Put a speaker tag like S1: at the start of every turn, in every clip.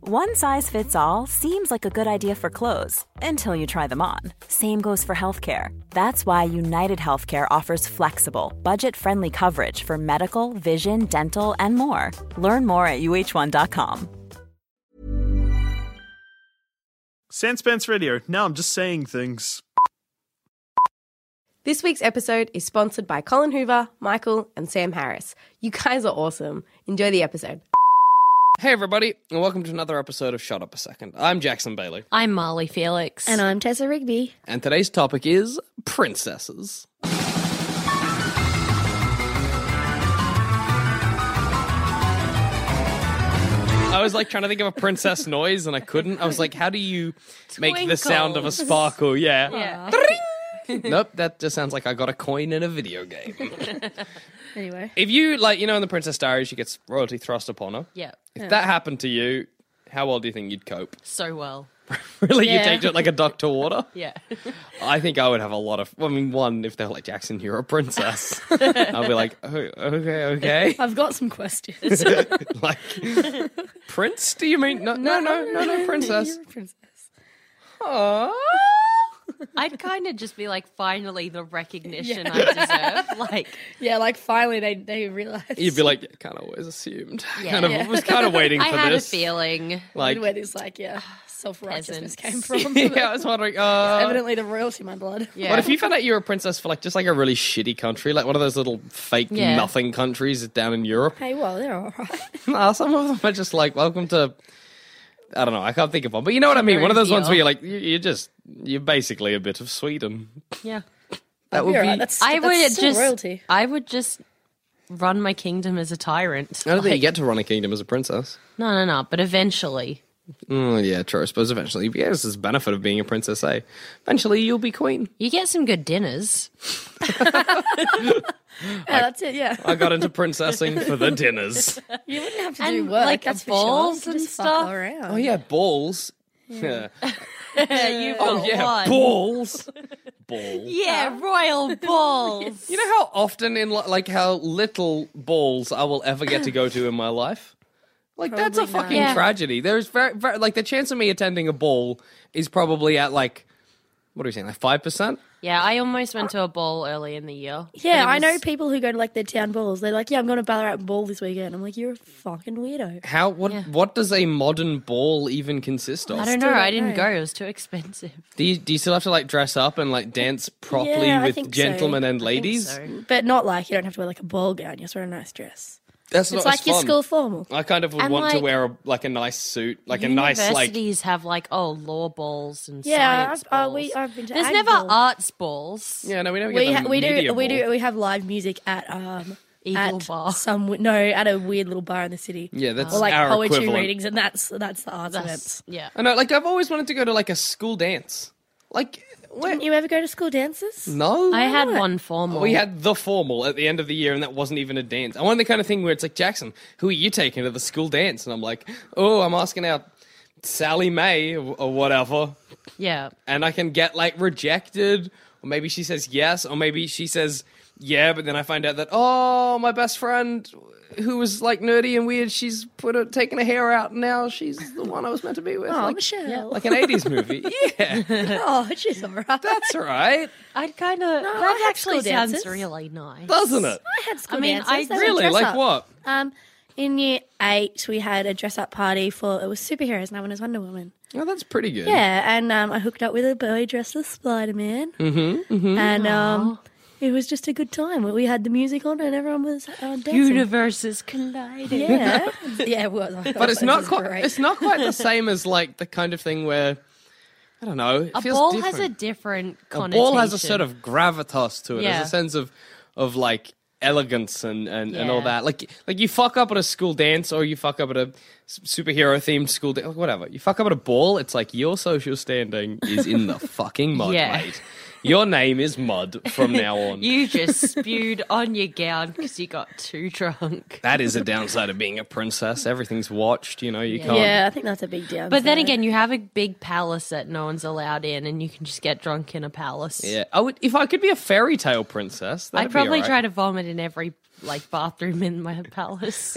S1: One size fits all seems like a good idea for clothes until you try them on. Same goes for healthcare. That's why United Healthcare offers flexible, budget friendly coverage for medical, vision, dental, and more. Learn more at uh1.com.
S2: Sandspants Radio. Now I'm just saying things.
S3: This week's episode is sponsored by Colin Hoover, Michael, and Sam Harris. You guys are awesome. Enjoy the episode.
S4: Hey, everybody, and welcome to another episode of Shut Up a Second. I'm Jackson Bailey,
S5: I'm Marley Felix.
S6: And I'm Tessa Rigby.
S4: and today's topic is princesses. I was like trying to think of a princess noise and I couldn't. I was like, how do you make the sound of a
S5: Twinkles.
S4: sparkle? Yeah. Tring! nope, that just sounds like I got a coin in a video game.
S6: Anyway.
S4: If you, like, you know, in the Princess Diaries, she gets royalty thrust upon her.
S5: yeah,
S4: If that happened to you, how well do you think you'd cope?
S5: so well.
S4: Really, you
S6: Yeah.
S4: take to it like a duck to water?
S5: Yeah.
S4: I think I would have a lot of. I mean, one, if they're like, Jackson, you're a princess, I'll be like, oh, okay, okay.
S6: I've got some questions.
S4: like, prince? Do you mean? No, no, no, no, no, princess.
S6: You're a princess.
S4: Aww.
S5: I'd kind of just be like, finally, the recognition I deserve. Like,
S6: Yeah, like finally they, they realised.
S4: You'd be like, yeah, kind of always assumed.
S5: Yeah.
S4: Kind of
S5: Yeah.
S4: was kind of waiting for
S5: I had
S4: this.
S5: a feeling.
S4: Like,
S6: where this like yeah self righteousness came
S5: Peasants.
S6: from.
S4: yeah, I was wondering. Uh,
S6: Evidently, the royalty in my blood.
S5: Yeah.
S4: What if you found out you were a princess for like just like a really shitty country, like one of those little fake
S5: Yeah.
S4: nothing countries down in Europe?
S6: Hey, well, they're all right.
S4: Nah, some of them are just like, welcome to. I don't know. I can't think of one, but you know what I mean. One of those ones where you're like, you- you're just, you're basically a bit of Sweden.
S5: Yeah.
S4: That would
S6: You're all
S4: be.
S6: right. That's,
S5: I
S6: that's
S5: would
S6: still
S5: just.
S6: royalty.
S5: I would just run my kingdom as a tyrant.
S4: I don't think you get to run a kingdom as a princess.
S5: No, no, no. But eventually,
S4: Mm, yeah, true. I suppose eventually, yeah, it's this benefit of being a princess. Eh? Eventually, you'll be queen.
S5: you get some good dinners.
S6: Yeah, that's it. Yeah,
S4: I got into princessing for the dinners.
S6: you wouldn't have to do
S5: And,
S6: work.
S5: like,
S6: that's for
S5: balls
S6: sure. You
S5: and
S6: just
S5: stuff.
S6: Fuck around.
S4: Oh yeah, balls. Yeah,
S5: You've got
S4: Oh, yeah,
S5: one.
S4: balls. Balls.
S5: Yeah, royal balls.
S4: You know how often in li- like how little balls I will ever get to go to in my life. Like that's a fucking
S5: Yeah.
S4: tragedy. There's very, very like the chance of me attending a ball is probably at like what are we saying like five percent.
S5: Yeah, I almost went to a ball early in the year.
S6: Yeah,
S5: But it
S6: I know
S5: was-
S6: people who go to like their town balls. They're like, yeah, I'm going to Ballarat ball this weekend. I'm like, you're a fucking weirdo.
S4: How what
S5: Yeah.
S4: what does a modern ball even consist of?
S5: I don't
S6: Still
S5: know. I
S6: don't
S5: didn't go.
S6: know.
S5: It was too expensive.
S4: Do you, do you still have to like dress up and like dance properly
S6: Yeah, I
S4: with
S6: think
S4: gentlemen
S6: so.
S4: and ladies?
S5: So
S6: But not like you don't have to wear like a ball gown. You just wear a nice dress.
S4: That's
S6: It's
S4: not
S6: like
S4: as
S6: your
S4: fun.
S6: school formal.
S4: I kind of would
S5: And,
S4: want to
S5: like,
S4: wear a, like a nice suit, like a nice like
S5: universities have like oh law balls and
S6: Yeah,
S5: science
S6: I've- uh,
S5: balls.
S6: we- I've been to
S5: There's
S6: ag
S5: never
S6: ball.
S5: arts balls.
S4: yeah. No, we don't
S6: We
S4: get
S6: ha-
S4: the
S6: we do
S4: media
S6: we do
S4: ball.
S6: we have live music at um
S5: Eagle
S6: at
S5: bar.
S6: some w- no at a weird little bar in the city.
S4: Yeah, that's
S6: or like
S4: our
S6: poetry
S4: equivalent.
S6: readings, and that's that's the arts
S5: That's-
S6: events.
S5: yeah.
S4: I know, like I've always wanted to go to like a school dance. Like where?
S6: Didn't you ever go to school dances?
S4: No,
S5: Mm. I had one formal.
S4: We had the formal at the end of the year, and that wasn't even a dance. I wanted the kind of thing where it's like Jackson, who are you taking to the school dance? And I'm like, oh, I'm asking out Sally May or, or whatever,
S5: yeah.
S4: and I can get like rejected, or maybe she says yes, or maybe she says yeah, but then I find out that oh, my best friend. Who was like nerdy and weird? She's put her, taken her hair out, and now she's the one I was meant to be with.
S6: Oh,
S4: like,
S6: Michelle.
S4: like an '80s movie. Yeah,
S6: oh, she's alright.
S4: that's right.
S5: I'd kind of.
S6: I
S5: that
S6: had
S5: actually
S6: school
S5: sounds
S6: dances.
S5: really nice.
S4: doesn't it?
S6: I had school
S5: I mean,
S6: dances.
S5: I-
S6: They were
S4: Really?
S6: dress
S4: Like
S6: up.
S4: what?
S6: Um, in year eight, we had a dress up party for it was superheroes, and I went as Wonder Woman.
S4: Oh, that's pretty good.
S6: Yeah, and um, I hooked up with a boy dressed as Spider Man, mm-hmm, and um, it was just a good time. We had the music on, and everyone was uh, dancing.
S5: Universes colliding.
S6: Yeah, yeah, it was. I thought
S4: but it's
S6: this
S4: not
S6: was
S4: quite.
S6: great.
S4: It's not quite the same as like the kind of thing where I don't know. It
S5: A
S4: feels
S5: ball
S4: different.
S5: has a different
S4: A
S5: connotation.
S4: ball has a sort of gravitas to it.
S5: Yeah.
S4: There's a sense of of like elegance and and, and all
S5: Yeah.
S4: that. Like like you fuck up at a school dance or you fuck up at a s- superhero themed school day, whatever. You fuck up at a ball, it's like your social standing is in the fucking mud,
S5: Yeah.
S4: mate. Your name is mud from now on.
S5: You just spewed on your gown because you got too drunk.
S4: that is a downside of being a princess. Everything's watched, you know, you can't.
S6: Yeah, I think that's a big deal.
S5: But then again, you have a big palace that no one's allowed in, and you can just get drunk in a palace.
S4: Yeah. I would, if I could be a fairy tale princess, that'd
S5: I'd probably
S4: be
S5: try to vomit in every like bathroom in my palace.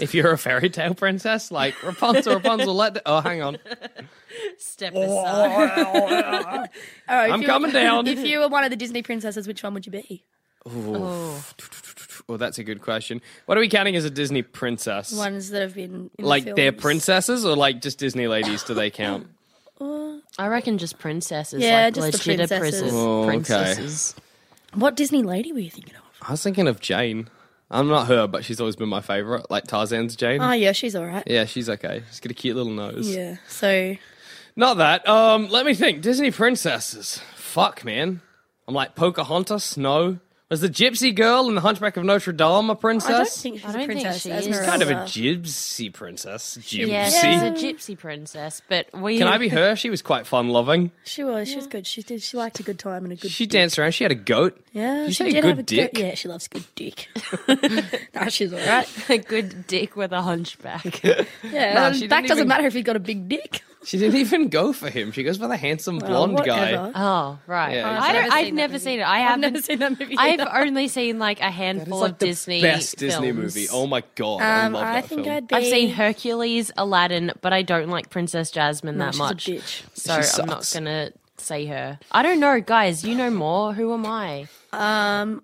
S4: If you're a fairy tale princess, like Rapunzel, Rapunzel, let. The, oh, hang on.
S5: Step aside.
S4: I'm coming down.
S6: If you were one of the Disney princesses, which one would you be?
S4: Well, that's a good question. What are we counting as a Disney princess?
S6: Ones that have been in
S4: like
S6: films.
S4: they're princesses or like just Disney ladies? Do they count?
S5: I reckon just princesses,
S6: Yeah,
S5: like
S6: just the
S5: legit
S6: princesses.
S5: princesses.
S4: Oh, okay.
S5: princesses.
S6: What Disney lady were you thinking of?
S4: I was thinking of Jane. I'm not her, but she's always been my favorite. Like Tarzan's Jane.
S6: Oh yeah, she's all right.
S4: yeah, she's okay. She's got a cute little nose.
S6: Yeah. So
S4: Not that. Um, let me think. Disney princesses. Fuck, man. I'm like Pocahontas. No, was the Gypsy girl in the Hunchback of Notre Dame a princess?
S6: I don't think she's
S5: I don't
S6: a
S5: think
S6: princess.
S5: she
S6: as
S5: is.
S6: Meryl's
S4: kind of a
S6: are.
S4: gypsy princess. Gypsy.
S5: Yeah, she's a gypsy princess, but we.
S4: Can I be her? She was quite fun loving.
S6: She was. She was good. She did. She liked a good time and a good.
S4: She
S6: dick.
S4: danced around. She had a goat.
S6: Yeah,
S4: Did you
S6: she
S4: say
S6: did
S4: good
S6: have a
S4: dick.
S6: Good, yeah, she loves a good dick. nah, she's all right.
S5: a good dick with a hunchback?
S6: Yeah,
S4: Nah,
S6: um,
S4: she
S6: that
S4: didn't
S6: doesn't
S4: even-
S6: matter if you got a big dick. Um,
S4: She didn't even go for him. She goes for the handsome blonde guy.
S6: whatever.
S5: oh, right.
S4: Yeah,
S5: I don't, I've never seen it. I haven't.
S6: never seen that movie
S5: I've
S6: either.
S5: only seen like a handful
S4: It's like
S5: of
S4: the
S5: Disney
S4: best Disney
S5: films.
S4: movie. Oh my god, I
S6: Um,
S4: love
S6: I,
S4: that
S6: think
S4: film.
S6: I'd be.
S5: I've seen Hercules, Aladdin, but I don't like Princess Jasmine
S6: Nah,
S5: that
S6: she's
S5: much.
S6: a bitch.
S5: So
S4: She
S5: I'm not
S4: sucks.
S5: gonna say her. I don't know, guys. You know more. Who am I?
S6: Um,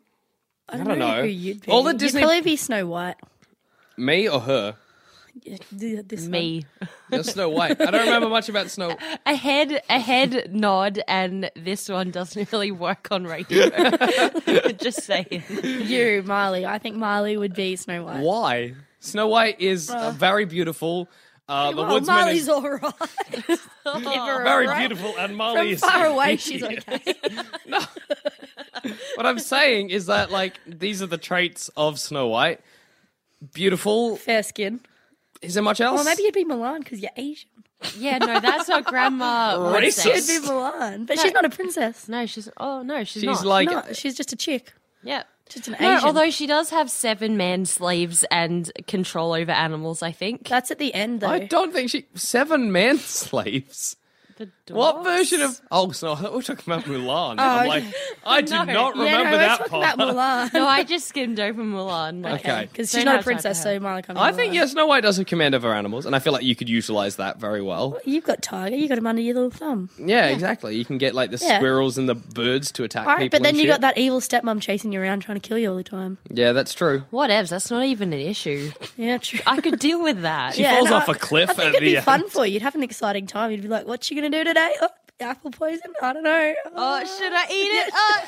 S6: I don't,
S4: don't
S6: know,
S4: know.
S6: who you'd be.
S4: All the
S6: You'd
S4: Disney-
S6: probably be Snow White.
S4: Me or her?
S6: Yeah, th- This one.
S5: Me.
S4: You're Snow White. I don't remember much about Snow.
S5: Um, A head, a head nod, and this one doesn't really work on radio. Just saying.
S6: You, Marley. I think Marley would be Snow White.
S4: Why? Snow White is uh, very beautiful. Uh, the
S6: Well,
S4: woodsman
S6: Marley's
S4: is
S6: all right.
S4: very beautiful, and Molly
S6: From
S4: is
S6: far away, she's okay.
S4: What I'm saying is that like these are the traits of Snow White. Beautiful.
S6: Fair skin.
S4: Is there much else?
S6: Well, maybe you'd be Milan because you're Asian.
S5: Yeah, no, that's what Grandma would say.
S4: Racist.
S6: You'd be Milan, but she's not a princess.
S5: No, she's. Oh no, she's,
S4: she's
S5: not.
S4: like
S6: No, she's just a chick.
S5: yeah.
S6: Just an
S5: No,
S6: Asian.
S5: although she does have seven man sleeves and control over animals, I think.
S6: That's at the end, though.
S4: I don't think she seven man slaves.
S5: The
S4: What
S5: dwarf?
S4: version of Oh Snow I thought we were talking about Mulan. I'm like I did
S5: No.
S4: not
S5: Yeah,
S4: remember
S6: yeah, Oh, no, we're
S4: that
S6: talking
S4: part.
S6: about Milan.
S5: No, Oh, I just skimmed over Milan. Like,
S4: Okay.
S6: Because
S5: Don't
S6: she's not
S5: have time
S6: a
S5: for
S6: princess,
S5: her.
S6: so Marley can't be
S4: I think
S6: Mulan.
S4: yeah, Snow White does have command over animals, and I feel like you could utilize that very well.
S6: You've got Tiger. You got him under your little thumb.
S4: Yeah, exactly. You can get like the
S6: Yeah.
S4: squirrels and the birds to attack
S6: All
S4: people.
S6: right, but then
S4: and
S6: you
S4: shit.
S6: got that evil stepmom chasing you around trying to kill you all the time.
S4: Yeah, that's true.
S5: Whatevs, that's not even an issue.
S6: Yeah, true.
S5: I could deal with that.
S4: She falls
S6: no,
S4: off a cliff
S6: I think
S4: at
S6: it'd be
S4: the end.
S6: fun for you. You'd have an exciting time. You'd be like, "What's she gonna do today? Oh, apple poison? I don't know.
S5: Oh, should I eat it? Oh,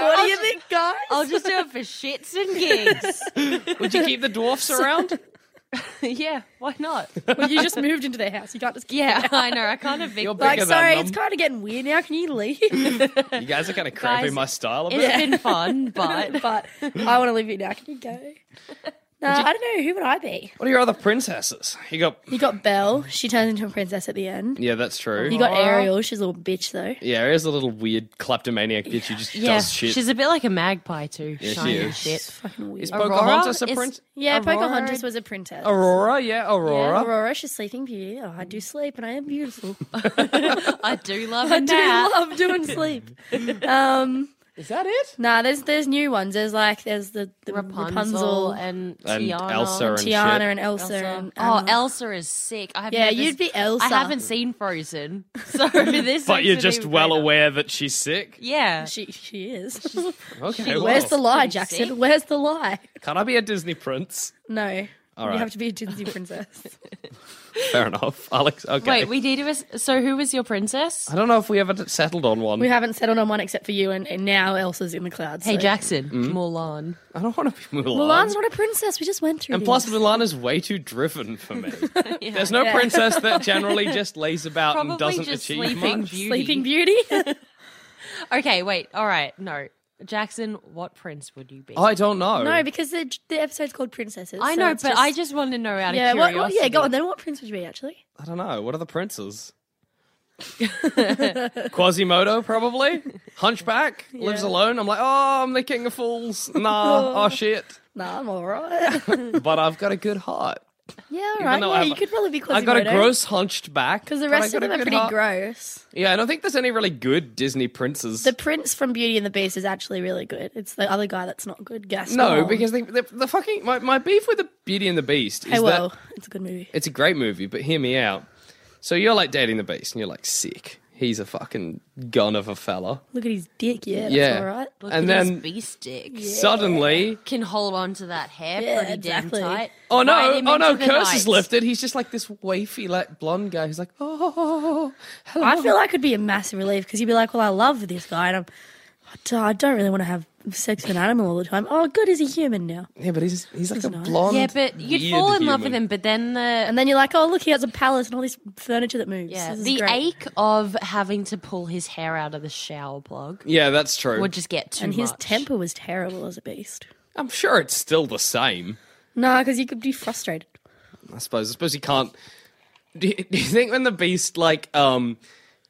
S5: oh.
S6: what do you think, guys?
S5: I'll just do it for shits and gigs.
S4: Would you keep the dwarfs around?
S5: yeah, why not?
S6: Well, you just moved into their house. You can't just keep
S5: Yeah, I know. I can't evict.
S4: You're
S5: them.
S4: bigger
S6: like,
S4: than
S6: sorry,
S4: them.
S6: it's kind of getting weird now. Can you leave?
S4: You guys are kind of cramping
S5: Guys,
S4: my style a bit.
S5: It's been fun, but
S6: but I want to leave you now. Can you go? No, I don't know. Who would I be?
S4: What are your other princesses? You got
S6: You got Belle. She turns into a princess at the end.
S4: yeah, that's true.
S6: You got Ariel. She's a little bitch though.
S4: yeah, Ariel's a little weird kleptomaniac bitch who just
S5: yeah,
S4: does shit.
S5: she's a bit like a magpie too.
S4: she
S5: shiny
S4: is.
S6: It's
S5: shit.
S6: fucking weird.
S4: is Pocahontas
S5: Aurora
S4: a
S5: is-
S4: prince?
S6: yeah,
S5: Aurora-
S6: Pocahontas was a princess.
S4: Aurora, yeah, Aurora.
S6: Yeah, Aurora, she's Sleeping Beauty. Oh, I do sleep and I am beautiful.
S5: I do love her
S6: I do
S5: now.
S6: love doing sleep. Um,
S4: Is that it?
S6: nah, there's there's new ones. There's like there's the, the uh,
S5: Rapunzel, and
S4: And
S5: Tiana.
S4: Elsa and
S6: Tiana
S4: shit.
S6: and Elsa.
S5: Elsa.
S6: And
S5: Oh,
S6: Anna.
S5: Elsa is sick. I have
S6: Yeah,
S5: never
S6: you'd be Elsa.
S5: I haven't seen Frozen, so this.
S4: but
S5: makes
S4: you're
S5: it
S4: just
S5: even
S4: well
S5: greater.
S4: aware that she's sick.
S5: Yeah,
S6: She she is.
S4: Okay,
S6: Where's the
S4: well,
S6: lie,
S5: pretty
S6: Jackson?
S5: sick.
S6: Where's the lie?
S4: can I be a Disney prince?
S6: No.
S4: right.
S6: You have to be a Disney princess.
S4: Fair enough, Alex. Okay.
S5: Wait, we need to. as- So, who was your princess?
S4: I don't know if we ever settled on one.
S6: we haven't settled on one except for you, and, and now Elsa's in the clouds.
S5: Hey,
S6: so-
S5: Jackson,
S4: mm-hmm.
S5: Mulan.
S4: I don't want to be Mulan.
S6: Milan's not a princess. We just went through.
S4: and
S6: this.
S4: plus, Mulan is way too driven for me. There's no princess that generally just lays about
S5: Probably
S4: and doesn't
S5: just
S4: achieve
S5: Sleeping
S4: much.
S5: Beauty.
S6: Sleeping Beauty.
S5: Okay, wait. All right, no. Jackson, what prince would you be?
S4: I don't know.
S6: No, because the the episode's called Princesses.
S5: Oh. I
S6: so
S5: know, but
S6: it's
S5: I
S6: just-
S5: just wanted to know out
S6: yeah.
S5: of
S6: What,
S5: curiosity.
S6: what- yeah, go on. Then what prince would you be actually?
S4: I don't know. What are the princes? Quasimodo, probably. Hunchback, lives alone. I'm like, oh, I'm the king of fools. Nah, oh shit.
S6: Nah, I'm all right.
S4: But I've got a good heart.
S6: yeah, all
S4: Even
S6: right.
S4: though
S6: Yeah,
S4: I've-
S6: you could probably be
S4: I
S6: Quasimodo.
S4: got a gross hunched back.
S6: Because the
S4: but I
S6: rest of
S4: got a
S6: them are
S4: good
S6: pretty
S4: heart.
S6: gross.
S4: Yeah, I don't think there's any really good Disney princes.
S6: The prince from Beauty and the Beast is actually really good. It's the other guy that's not good. Gaston.
S4: no, because they, they, the fucking my, my beef with the Beauty and the Beast is
S6: hey, well,
S4: that
S6: it's a good movie.
S4: it's a great movie, but hear me out. So you're like dating the Beast, and you're like sick. He's a fucking gun of a fella.
S6: Look at his dick. Yeah, that's
S4: yeah,
S6: all right.
S5: Look
S4: and
S5: at
S4: then
S5: his beast dick.
S4: suddenly,
S5: Can hold on to that hair
S6: Yeah,
S5: pretty
S6: exactly.
S5: damn tight.
S4: Oh
S5: Ride
S4: no!
S5: him
S4: Oh no!
S5: into
S4: Curse
S5: the
S4: is
S5: night.
S4: lifted. He's just like this wafy, like blonde guy who's like, oh, hello.
S6: I feel like it'd be a massive relief because you'd be like, well, I love this guy, and I'm, I don't- I don't really want to have sex with an animal all the time. Oh, good, he's a human now.
S4: yeah, but he's he's like a blonde.
S5: Yeah, but you'd
S4: weird
S5: fall in love
S4: human.
S5: with him, but then the
S6: And then you're like, oh, look, he has a palace and all this furniture that moves.
S5: yeah,
S6: This is
S5: the
S6: great.
S5: ache of having to pull his hair out of the shower plug
S4: Yeah, that's true.
S5: would just get too
S6: and his
S5: much.
S6: temper was terrible as a beast.
S4: I'm sure it's still the same.
S6: No, because you could be frustrated.
S4: I suppose. I suppose you can't. Do you, do you think when the beast like um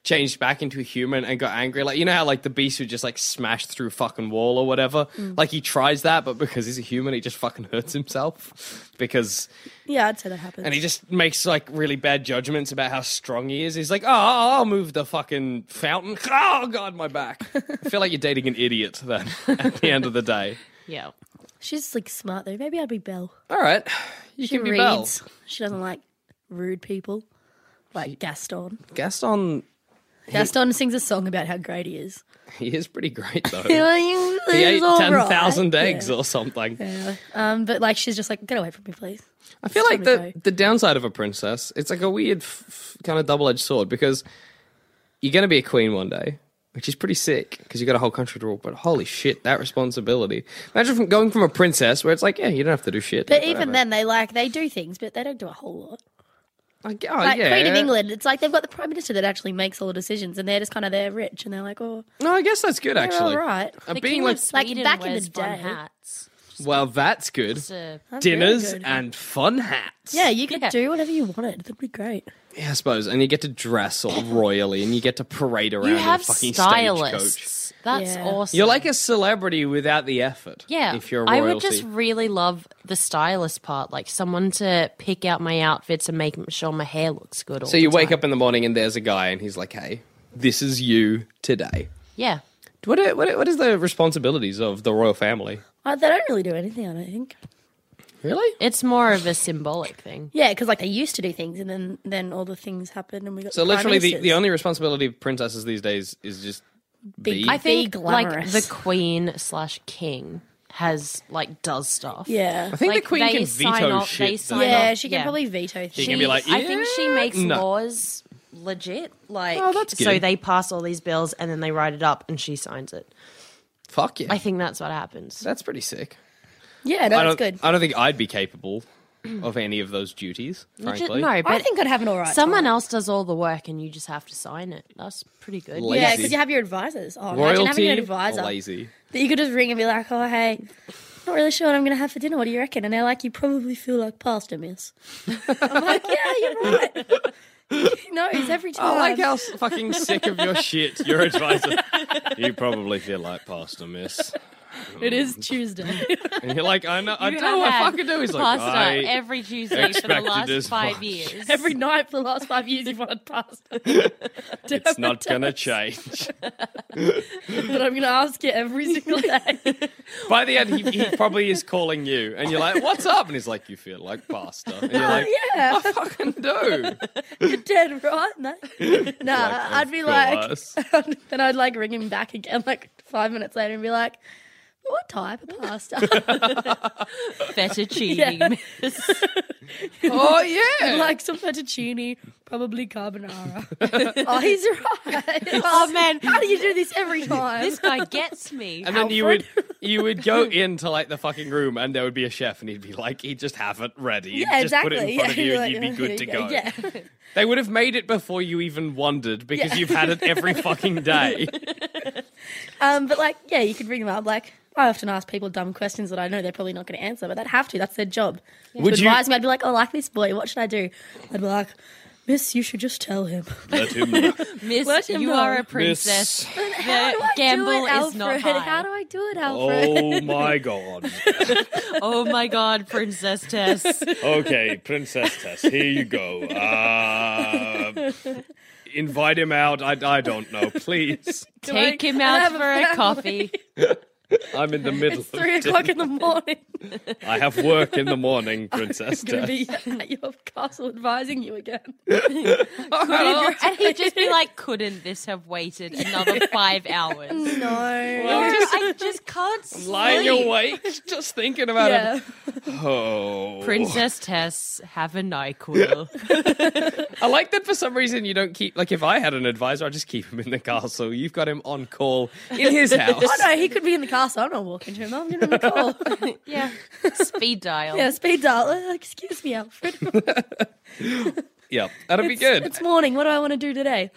S4: changed back into a human and got angry, like you know how like the beast would just like smash through a fucking wall or whatever? Like he tries that, but because he's a human, he just fucking hurts himself because
S6: Yeah, I'd say that happens.
S4: And he just makes like really bad judgments about how strong he is. He's like, oh, I'll move the fucking fountain. Oh, God, my back. I feel like you're dating an idiot then at the end of the day.
S5: Yeah.
S6: She's like smart though. Maybe I'd be Belle.
S4: All right. You
S6: She
S4: can be
S6: reads. She doesn't like rude people, like Gaston.
S4: Belle. Gaston,
S6: Gaston sings a song about how great he is.
S4: he is pretty great though.
S6: he
S4: he ate
S6: ate
S4: 10,000 eggs or something.
S6: Um, but like she's just like, get away from me, please.
S4: I feel like the, the downside of a princess, it's like a weird f- f- kind of double edged sword because you're going to be a queen one day, which is pretty sick because you got a whole country to rule. But holy shit, that responsibility! Imagine from going from a princess where it's like, yeah, you don't have to do shit.
S6: But even then, they like they do things, but they don't do a whole lot.
S4: like,
S6: Like Queen of England, it's like they've got the prime minister that actually makes all the decisions, and they're just kind of they're rich, and they're like, oh,
S4: No, I guess that's good
S6: they're
S4: actually.
S6: all right.
S4: And
S5: The
S4: being
S5: king
S4: like,
S5: of Sweden
S6: back in the
S5: wears fun
S6: day.
S5: hats.
S4: well, that's good.
S5: So,
S6: really
S4: Dinners
S6: good.
S4: and fun hats.
S6: Yeah, you could
S5: Yeah.
S6: do whatever you wanted. That'd be great.
S4: Yeah, I suppose. And you get to dress all royally, and you get to parade around
S5: you
S4: in a
S5: have
S4: fucking stagecoach.
S5: stylists. That's
S6: Yeah.
S5: awesome.
S4: You're like a celebrity without the effort.
S5: yeah,
S4: if you're a
S5: I
S4: royalty.
S5: would just really love the stylist part, like someone to pick out my outfits and make sure my hair looks good. All
S4: So you wake up in the morning and there's a guy and he's like, "Hey, this is you today."
S5: yeah,
S4: What are, what are, what is the responsibilities of the royal family?
S6: Uh, they don't really do anything, I don't think.
S4: Really?
S5: it's more of a symbolic thing.
S6: Yeah, because like they used to do things, and then then all the things happened, and we got
S4: So
S6: the prime
S4: literally, the,
S6: ministers.
S4: the only responsibility of princesses these days is just be.
S5: I think
S6: Be
S5: like
S6: glamorous.
S5: the queen slash king has like does stuff.
S6: yeah
S4: I think
S5: like,
S4: the queen
S5: they
S4: can
S5: sign
S4: veto
S5: off-
S4: shit.
S5: they
S4: though.
S5: sign
S6: yeah
S5: off.
S6: she can
S5: Yeah.
S6: probably veto
S4: She
S6: things.
S4: can be like,
S5: I think she
S4: "Yeah,
S5: makes
S4: no."
S5: laws legit. Like,
S4: Oh, that's
S5: so
S4: good.
S5: they pass all these bills and then they write it up and she signs it.
S4: Fuck yeah,
S5: I think that's what happens.
S4: that's pretty sick.
S6: yeah,
S4: I
S6: no,
S4: don't,
S6: that's good.
S4: I don't think I'd be capable of any of those duties,
S5: Legit-
S4: frankly.
S5: no,
S6: I
S5: but
S6: think I'd have an all right.
S5: someone
S6: time.
S5: else does all the work and you just have to sign it. That's pretty good.
S4: Lazy.
S6: Yeah, because you have your advisors. Oh, imagine having
S4: Royalty,
S6: an advisor
S4: lazy.
S6: that you could just ring and be like, "Oh, hey, not really sure what I'm going to have for dinner. What do you reckon?" And they're like, "You probably feel like pasta, miss." I'm like, "Yeah, you're right." no, it's every time.
S4: Oh, I like how s- fucking sick of your shit, your advisor. you probably feel like pasta, miss.
S6: it is Tuesday.
S4: And you're like, I know, I
S5: You
S4: do,
S5: have
S4: I
S5: had
S4: fucking do. He's like,
S5: pasta
S4: I
S5: every Tuesday for the
S4: expected
S5: last
S4: as
S5: five
S4: much.
S5: years.
S6: every night for the last five years, you've wanted pasta,
S4: It's not going to change.
S6: but I'm going to ask you every single day.
S4: By the end, he, he probably is calling you, and you're like, "What's up?" And he's like, "You feel like pasta." And you're like,
S6: yeah,
S4: "I fucking do."
S6: you're dead right, mate. Nah, I'd be
S4: Of
S6: like,
S4: course.
S6: then I'd like ring him back again, like five minutes later, and be like, "What type of pasta?"
S5: fettuccine.
S4: "Oh yeah."
S6: like some fettuccine, probably carbonara. oh, he's right.
S5: oh man,
S6: How do you do this every time?
S5: this guy gets me.
S4: and then you would you would go into like the fucking room, and there would be a chef, and he'd be like, "He'd just have it ready. He'd
S6: yeah,
S4: just
S6: exactly.
S4: put it in front
S6: yeah,
S4: of you,
S6: you're
S4: and you'd
S6: like,
S4: be
S6: "Oh,
S4: good to
S6: "Okay,
S4: go."
S6: Yeah.
S4: They would have made it before you even wondered because you've had it every fucking day.
S6: Um, but like, yeah, you could ring them up. Like, I often ask people dumb questions that I know they're probably not going to answer, but they'd have to. That's their job.
S4: Would
S6: to
S4: you-
S6: advise me, I'd be like, "Oh, I like this boy. What should I do? I'd be like, Miss, you should just tell him.
S7: Let him know.
S5: Miss,
S6: Let him
S5: you
S6: know.
S5: are a princess.
S6: How do I
S5: The
S6: do
S5: Uh, gamble
S6: it,
S5: is not
S6: Alfred?
S5: high.
S6: How do I do it, Alfred?
S7: Oh my god.
S5: Oh my god, Princess Tess.
S7: Okay, Princess Tess, here you go. Uh,
S4: Invite him out. I, I don't know. Please.
S5: Take him
S6: I
S5: out
S6: have a
S5: for a,
S6: family?
S5: coffee.
S4: I'm in the middle
S6: It's
S4: of
S6: three
S4: dinner.
S6: o'clock in the morning.
S4: I have work in the morning, Princess
S6: I'm going to
S4: Tess.
S6: be at your castle advising you again.
S5: Oh, and he'd just be like, couldn't this have waited another five hours? No,
S6: No.
S5: I just can't sleep.
S4: Lying awake, just thinking about it. Oh.
S5: Princess Tess, have a NyQuil.
S4: I like that for some reason you don't keep, like, if I had an advisor, I'd just keep him in the castle. You've got him on call in his house.
S6: Oh no, he could be in the castle. I'm not walking to him. I'm giving him a call.
S5: yeah. Speed dial.
S6: yeah, speed dial. Uh, Excuse me, Alfred.
S4: Yeah, that'll be good.
S6: It's morning. What do I want to do today?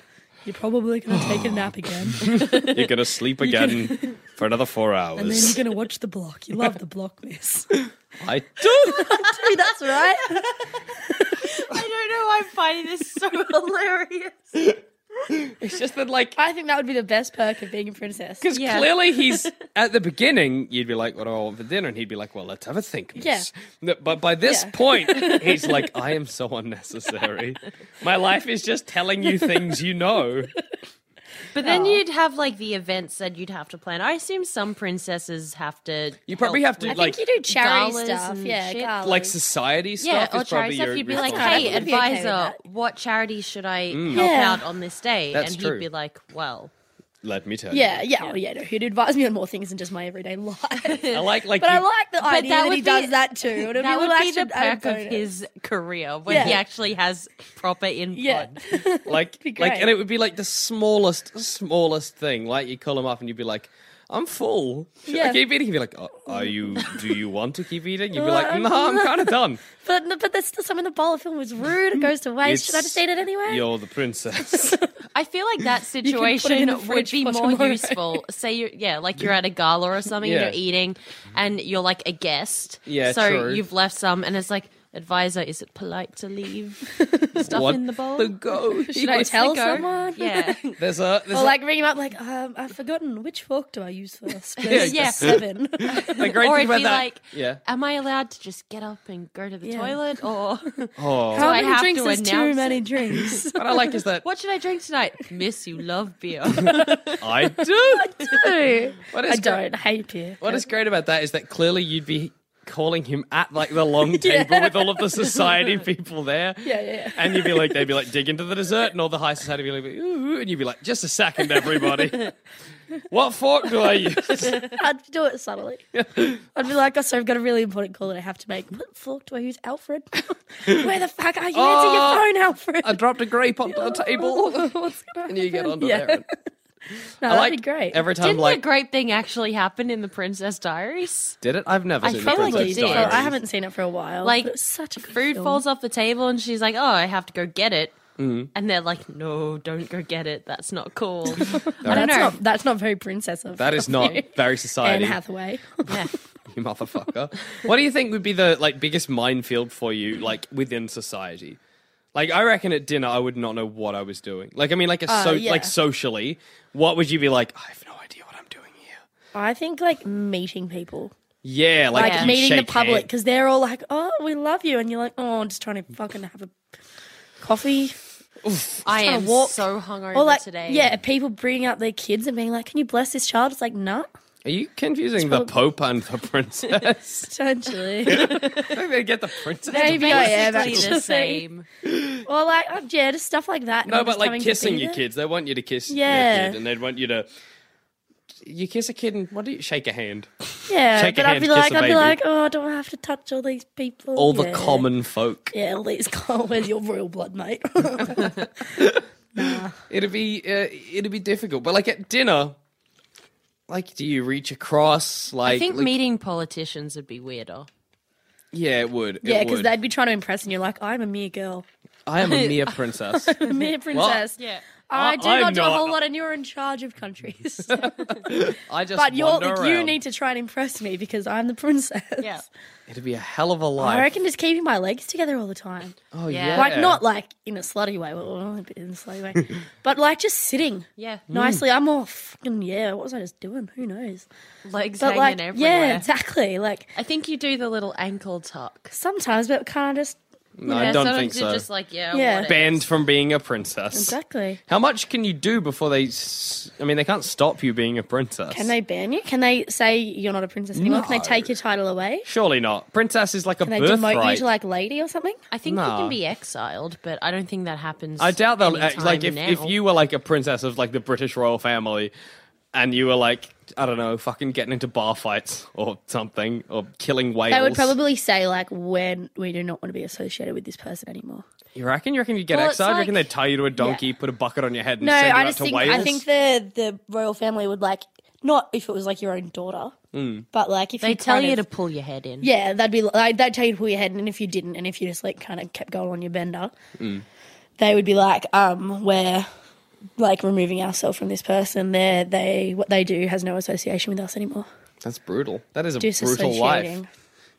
S6: You're probably going to take a nap again.
S4: You're going to sleep again for another four
S6: And then you're
S4: hours.
S6: going to watch The Block. You love The Block, miss.
S4: I do.
S6: Gee, That's right.
S5: I don't know. I'm finding this so hilarious.
S4: It's just that, like,
S6: I think that would be the best perk of being a princess.
S4: Because clearly he's at the beginning, you'd be like, "What do I want for dinner?" And he'd be like, "Well, let's have a think." Miss. No, But by this
S6: Yeah.
S4: point, he's like, "I am so unnecessary. My life is just telling you things you know."
S5: But then you'd have like the events that you'd have to plan. I assume some princesses have to.
S4: You probably
S5: help
S4: have to
S5: with-
S4: like,
S6: you do charity
S5: galas
S6: stuff.
S5: and
S6: Yeah,
S5: shit.
S6: galas.
S4: like society stuff.
S5: Yeah, or
S4: is probably
S5: charity stuff.
S4: Your
S5: You'd be like,
S4: responsibility.
S5: "Hey,
S6: I'd be okay with
S5: advisor,
S6: that.
S5: what charity should I help
S6: Yeah.
S5: out on this day?"
S4: That's
S5: and
S4: true.
S5: he'd be like, "Well,
S4: let me tell
S6: yeah, yeah, oh, yeah. No, he'd advise me on more things than just my everyday life. but
S4: you." I like like
S6: I
S4: you-
S6: like the
S5: that
S6: idea that, he
S5: would be-
S6: does that too. It would
S5: that
S6: be,
S5: would
S6: well,
S5: be the
S6: actually, I'd
S5: perk of
S6: go to-
S5: his career when he
S6: Yeah.
S5: actually has proper input."
S6: Yeah.
S4: like
S6: be
S4: like
S6: great.
S4: and it would be like the smallest smallest thing like you call him up and you'd be like i'm full should i
S6: Yeah.
S4: keep eating he'd be like "Uh, are you do you want to keep eating you'd be like no i'm kind of done
S6: But but there's still some in the bowl of film was rude. It goes to waste. Should I just eat it anyway?
S4: you're the princess
S5: I feel like that
S6: put it in
S5: situation
S6: the
S5: would
S6: fridge
S5: be
S6: for
S5: more
S6: tomorrow.
S5: useful. Say you yeah, like you're at a gala or something
S4: Yeah.
S5: and you're eating and you're like a guest.
S4: Yeah,
S5: So
S4: true.
S5: you've left some and it's like advisor, is it polite to leave stuff
S4: What
S5: in the bowl?
S4: go
S6: Should I tell someone?
S5: yeah.
S4: there's a there's
S6: Or
S4: a-
S6: like ring him up, like um, I've forgotten which fork do I use first? There's
S5: Yeah.
S6: seven.
S4: the great
S5: or
S4: thing
S5: it'd
S4: about
S5: be
S4: that
S5: like
S4: yeah
S5: Am I allowed to just get up and go to the
S6: Yeah.
S5: toilet or
S4: oh
S6: How
S5: I
S6: many
S5: have
S6: drinks
S5: to
S6: is too
S5: announce
S6: many drinks?
S4: what i like is that
S5: what should I drink tonight? Miss, you love beer.
S4: i do
S6: I
S4: what is great-
S6: don't I hate beer.
S4: What is great about that is that clearly you'd be calling him at like the long table with all of the society people there.
S6: Yeah, yeah, yeah.
S4: And you'd be like, they'd be like, dig into the dessert, and all the high society would be like, ooh, and you'd be like, just a second, everybody. what fork do I use?
S6: I'd do it subtly. I'd be like, oh, sorry, I've got a really important call that I have to make. What fork do I use, Alfred? Where the fuck are you?
S4: Oh,
S6: Answer your phone, Alfred.
S4: I dropped a grape onto the table.
S6: What's gonna
S4: And you get
S6: happen?
S4: onto
S6: yeah.
S4: there. and-
S6: No,
S4: I
S6: that'd
S4: like
S6: be great.
S4: every time,
S5: Didn't
S4: like,
S5: a great thing actually happen in the Princess Diaries?
S4: did it? I've never
S5: I
S4: seen the
S5: feel like
S4: Princess
S5: it did.
S6: So
S4: Diaries.
S6: I haven't seen it for a while.
S5: Like,
S6: but it was such a good
S5: food
S6: film.
S5: falls off the table and she's like, "Oh, I have to go get it."
S4: Mm.
S5: And they're like, "No, don't go get it. That's not cool." I don't
S6: That's
S5: know.
S6: not, that's not very princess of
S4: That is not very
S6: Anne
S4: society.
S6: Hathaway.
S5: Yeah.
S4: you motherfucker. what do you think would be the like biggest minefield for you, like within society? Like I reckon at dinner I would not know what I was doing. Like I mean, like a so
S6: Uh, yeah.
S4: like socially, what would you be like? I have no idea what I'm doing here.
S6: I think like meeting people,
S4: Yeah, like,
S6: like
S4: you
S6: meeting the
S4: shake
S6: public,
S4: hands.
S6: because they're all like, "Oh, we love you," and you're like, "Oh, I'm just trying to fucking have a coffee."
S5: I
S6: trying
S5: am
S6: to walk.
S5: so hungover
S6: Or like,
S5: today.
S6: yeah, people bringing out their kids and being like, "Can you bless this child?" It's like, nah,
S4: Are you confusing the Pope and the princess?
S6: essentially.
S4: I'm gonna get the princess.
S6: Maybe I am
S5: Basically the
S6: actually.
S5: same.
S6: or like, oh, yeah, just stuff like that. and
S4: No,
S6: I'm
S4: but
S6: just
S4: like
S6: coming to be
S4: kissing your
S6: there.
S4: kids, they want you to kiss
S6: Yeah.
S4: your kid, and they'd want you to. You kiss a kid and what do you shake a hand?
S6: Yeah,
S4: Shake a
S6: but
S4: hand,
S6: I'd be
S4: kiss
S6: like,
S4: a
S6: I'd
S4: baby.
S6: be like, oh, do I have to touch all these people?
S4: All the
S6: Yeah.
S4: common folk.
S6: Yeah, all these common. Where's your royal blood, mate?
S4: It'd be uh, it'd be difficult, but like at dinner, like do you reach across? Like
S5: I think
S4: like-
S5: meeting politicians would be weirder.
S4: Yeah, it would. It
S6: yeah, because
S4: would.
S6: they'd be trying to impress, and you're like, I'm a mere girl,
S4: I am a mere princess.
S6: a mere princess.
S5: Yeah.
S6: I do
S4: I'm
S6: not do a
S4: not-
S6: whole lot, and you're in charge of countries.
S4: I just
S6: but you're,
S4: wander
S6: you
S4: around.
S6: need to try and impress me because I'm the princess.
S5: Yeah.
S4: It'd be a hell of a life.
S6: I reckon just keeping my legs together all the time.
S4: oh
S5: Yeah.
S4: yeah.
S6: Like, not like in a slutty way, well, a bit in a slutty way, but like just sitting
S5: Yeah.
S6: nicely. I'm all fucking, yeah, what was I just doing? Who knows?
S5: Legs
S6: But
S5: hanging
S6: like,
S5: everywhere.
S6: yeah, exactly. Like,
S5: I think you do the little ankle tuck.
S6: sometimes, but kind of just,
S4: No, I don't think
S5: sometimes
S4: so.
S5: You're just like, yeah,
S6: Yeah.
S5: whatever.
S4: Banned from being a princess.
S6: exactly.
S4: How much can you do before they? s- I mean, they can't stop you being a princess.
S6: Can they ban you? Can they say you're not a princess anymore? Can they take your title away?
S4: Surely not. Princess is like a
S6: Can they
S4: birthright.
S6: demote you to like lady or something?
S5: I think you
S4: Nah.
S5: can be exiled, but I don't think that happens.
S4: I doubt they'll uh,
S5: anytime
S4: like if, if
S5: now.
S4: you were like a princess of like the British royal family, and you were like I don't know, fucking getting into bar fights or something or killing whales.
S6: They would probably say like when we do not want to be associated with this person anymore.
S4: You reckon? You reckon you get
S5: Well, it's
S4: exiled? you reckon they
S5: like-
S4: tie you to a donkey, put a bucket on your head, and
S6: No,
S4: send you
S6: I
S4: out
S6: just
S4: to
S6: think
S4: Wales?
S6: I think the the royal family would like not if it was like your own daughter,
S4: Hmm.
S6: but like if
S5: they
S6: you
S5: tell
S6: kind
S5: you to
S6: of-
S5: pull your head in.
S6: yeah, that'd be like they'd tell you to pull your head, and if you didn't, and if you just like kind of kept going on your bender,
S4: Hmm.
S6: they would be like, um, we're like removing ourselves from this person. They they what they do has no association with us anymore.
S4: that's brutal. That is a brutal life.
S6: Disassociating.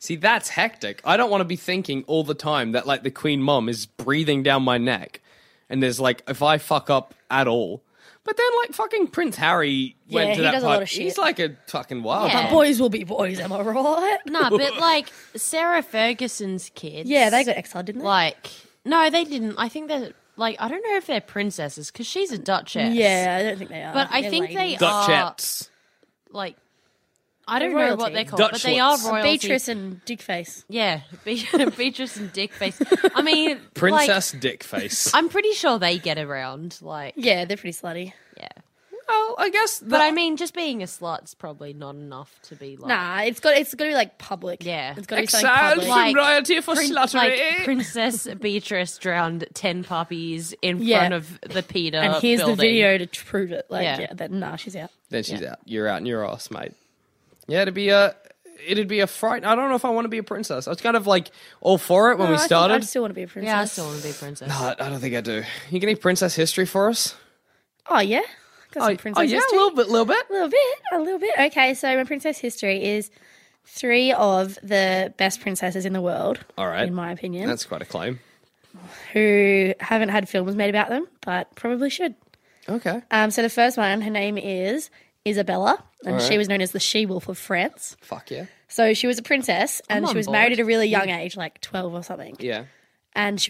S4: See, that's hectic. I don't want to be thinking all the time that like the queen mum is breathing down my neck, and there's like if I fuck up at all. But then, like fucking Prince Harry went to
S6: Yeah, he
S4: that
S6: does a
S4: part-
S6: lot of shit.
S4: He's like a fucking wild.
S5: Yeah.
S4: card.
S6: Boys will be boys, am I right?
S5: No, but like Sarah Ferguson's kids.
S6: Yeah, they got exiled, didn't they?
S5: like no, they didn't. I think they're like I don't know if they're princesses because she's a duchess.
S6: yeah, I don't think they are.
S5: but I
S6: They're
S5: think
S6: ladies.
S5: they are
S4: Duchettes.
S5: like I don't know
S6: royalty.
S5: what they're called, but they are
S4: Dutchlets.
S5: royalty.
S6: Beatrice and Dickface.
S5: yeah, Be- Beatrice and Dickface. I mean, Like,
S4: Princess dick face.
S5: I'm pretty sure they get around. Like
S6: Yeah, they're pretty slutty.
S5: yeah,
S4: well, I guess.
S5: but I mean, just being a slut's probably not enough to be like
S6: Nah, it's got it's got to be like public.
S5: Yeah.
S6: it's got to be something
S4: exiled
S6: public.
S4: from
S5: Like,
S4: royalty for
S5: Prin-
S4: sluttery.
S5: like, Princess Beatrice drowned ten puppies in
S6: Yeah.
S5: front of the Peter.
S6: and here's
S5: building.
S6: the video to t- prove it. Like,
S5: Yeah.
S6: yeah, that nah, she's out.
S4: then she's out. You're out in your ass, mate. Yeah, it'd be a. It'd be a fright. I don't know if I want to be a princess. I was kind of like all for it when
S6: No, Oh, I
S4: we
S6: think
S4: started.
S6: I'd still want to be a princess.
S5: Yeah, I still want to be a princess.
S4: but I don't think I do. You can eat princess history for us?
S6: Oh yeah, got some
S4: oh,
S6: princess
S4: oh, yeah,
S6: history.
S4: a little bit, little bit.
S6: A little bit, a little bit. Okay, so my princess history is three of the best princesses in the world.
S4: All right.
S6: in my opinion,
S4: That's quite a claim.
S6: who haven't had films made about them, but probably should.
S4: Okay.
S6: Um, so the first one, her name is Isabella, and she was known as the She Wolf of France.
S4: Fuck yeah.
S6: So she was a princess, and
S5: on
S6: she was
S5: board.
S6: married at a really young age, like twelve or something.
S4: Yeah.
S6: And she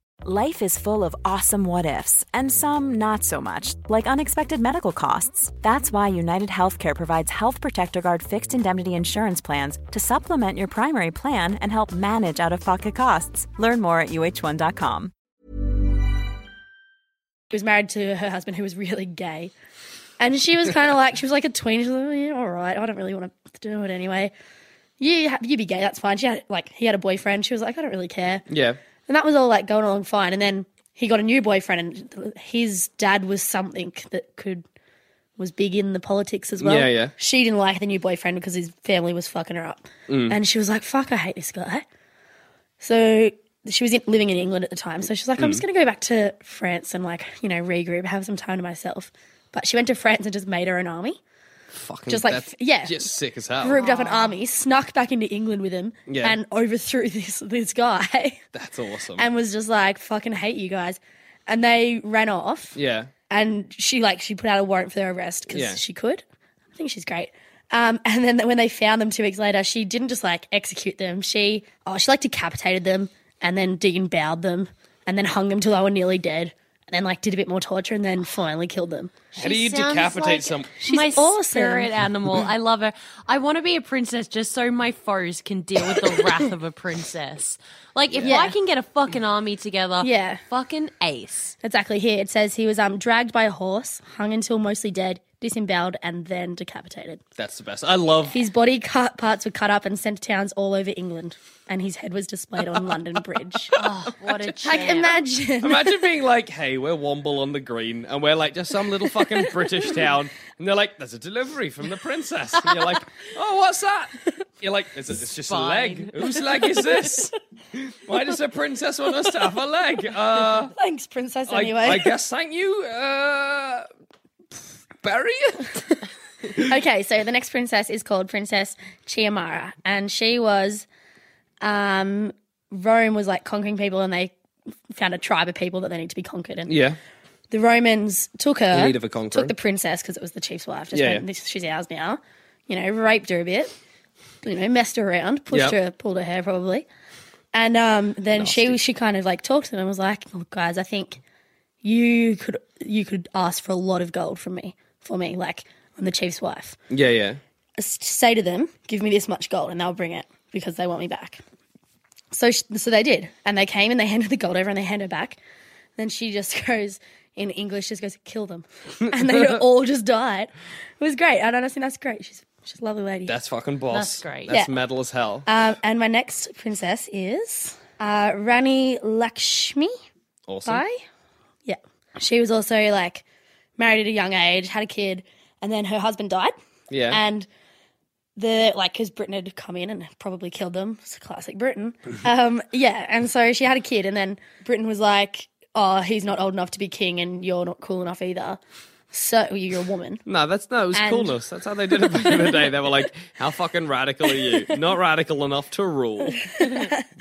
S1: Life is full of awesome what ifs and some not so much, like unexpected medical costs. That's why United Healthcare provides Health Protector Guard fixed indemnity insurance plans to supplement your primary plan and help manage out of pocket costs. Learn more at uh1.com.
S6: was married to her husband who was really gay. And she was kind of like, she was like a tween. She was like, "Oh, "Yeah, all right, I don't really want to do it anyway. You, ha- you be gay, that's fine. She had, like, he had a boyfriend. She was like, I don't really care.
S4: Yeah.
S6: And that was all like going along fine. And then he got a new boyfriend, and his dad was something that could, was big in the politics as well.
S4: Yeah, yeah.
S6: She didn't like the new boyfriend because his family was fucking her up.
S4: Mm.
S6: And she was like, fuck, I hate this guy. So she was in, living in England at the time. So she's like, I'm
S4: Mm.
S6: just going to go back to France and, like, you know, regroup, have some time to myself. But she went to France and just made her own army.
S4: Fucking
S6: just like
S4: that's
S6: yeah,
S4: just sick as hell.
S6: grouped up an army, snuck back into England with him,
S4: Yeah.
S6: and overthrew this this guy,
S4: That's awesome.
S6: and was just like, "Fucking hate you guys," and they ran off.
S4: yeah.
S6: And she like she put out a warrant for their arrest because
S4: Yeah.
S6: she could. I think she's great. Um, and then when they found them two weeks later, she didn't just like execute them. She oh she like decapitated them and then disemboweled them and then hung them till they were nearly dead and then like did a bit more torture and then finally killed them.
S4: How do you decapitate some?
S6: She's
S5: my
S6: awesome.
S5: spirit animal. I love her. I want to be a princess just so my foes can deal with the wrath of a princess. Like if
S6: Yeah.
S5: I can get a fucking army together,
S6: Yeah.
S5: fucking ace.
S6: Exactly. Here it says he was um dragged by a horse, hung until mostly dead, disemboweled, and then decapitated.
S4: That's the best. I love.
S6: His body cut parts were cut up and sent to towns all over England, and his head was displayed on London Bridge.
S5: Oh, what a
S6: Like, imagine.
S4: Imagine being like, "Hey, we're Womble on the Green, and we're like just some little fucking British town," and they're like, "There's a delivery from the princess," and you're like, "Oh, what's that?" You're like, "It's, it's just a leg.
S5: Spine.
S4: Whose leg is this? Why does a princess want us to have a leg?" Uh,
S6: Thanks, princess.
S4: I,
S6: Anyway,
S4: I guess. Thank you. Uh, bury it.
S6: okay, so the next princess is called Princess Chiamara, and she was, um, Rome was like conquering people, and they found a tribe of people that they need to be conquered, and
S4: Yeah.
S6: the Romans took her,
S4: In need of a conqueror.
S6: took the princess because it was the chief's wife. Just
S4: Yeah,
S6: went,
S4: yeah.
S6: This, she's ours now. You know, raped her a bit. You know, messed her around,
S4: Yep.
S6: pushed her, pulled her hair probably, and um, then she she kind of like talked to them and was like, "Look, guys, I think you could you could ask for a lot of gold from me for me. Like, I'm the chief's wife.
S4: Yeah, yeah.
S6: S- Say to them, give me this much gold, and they'll bring it because they want me back." So sh so they did, and they came and they handed the gold over and they handed it back. Then she just goes in English, just goes, "Kill them," and they all just died. It was great. I don't know, I think that's great. She's she's a lovely lady.
S4: That's fucking boss.
S5: That's great.
S4: That's
S6: Yeah.
S4: metal as hell.
S6: Um, and my next princess is uh, Rani Lakshmi
S4: Awesome.
S6: Bai. Yeah, she was also like married at a young age, had a kid, and then her husband died.
S4: Yeah.
S6: And the like, because Britain had come in and probably killed them. It's classic Britain. um, yeah, and so she had a kid, and then Britain was like, "Oh, he's not old enough to be king, and you're not cool enough either. So well, you're a woman."
S4: No, that's no, it was
S6: And-
S4: coolness. That's how they did it back in the day. They were like, how fucking radical are you? Not radical enough to rule.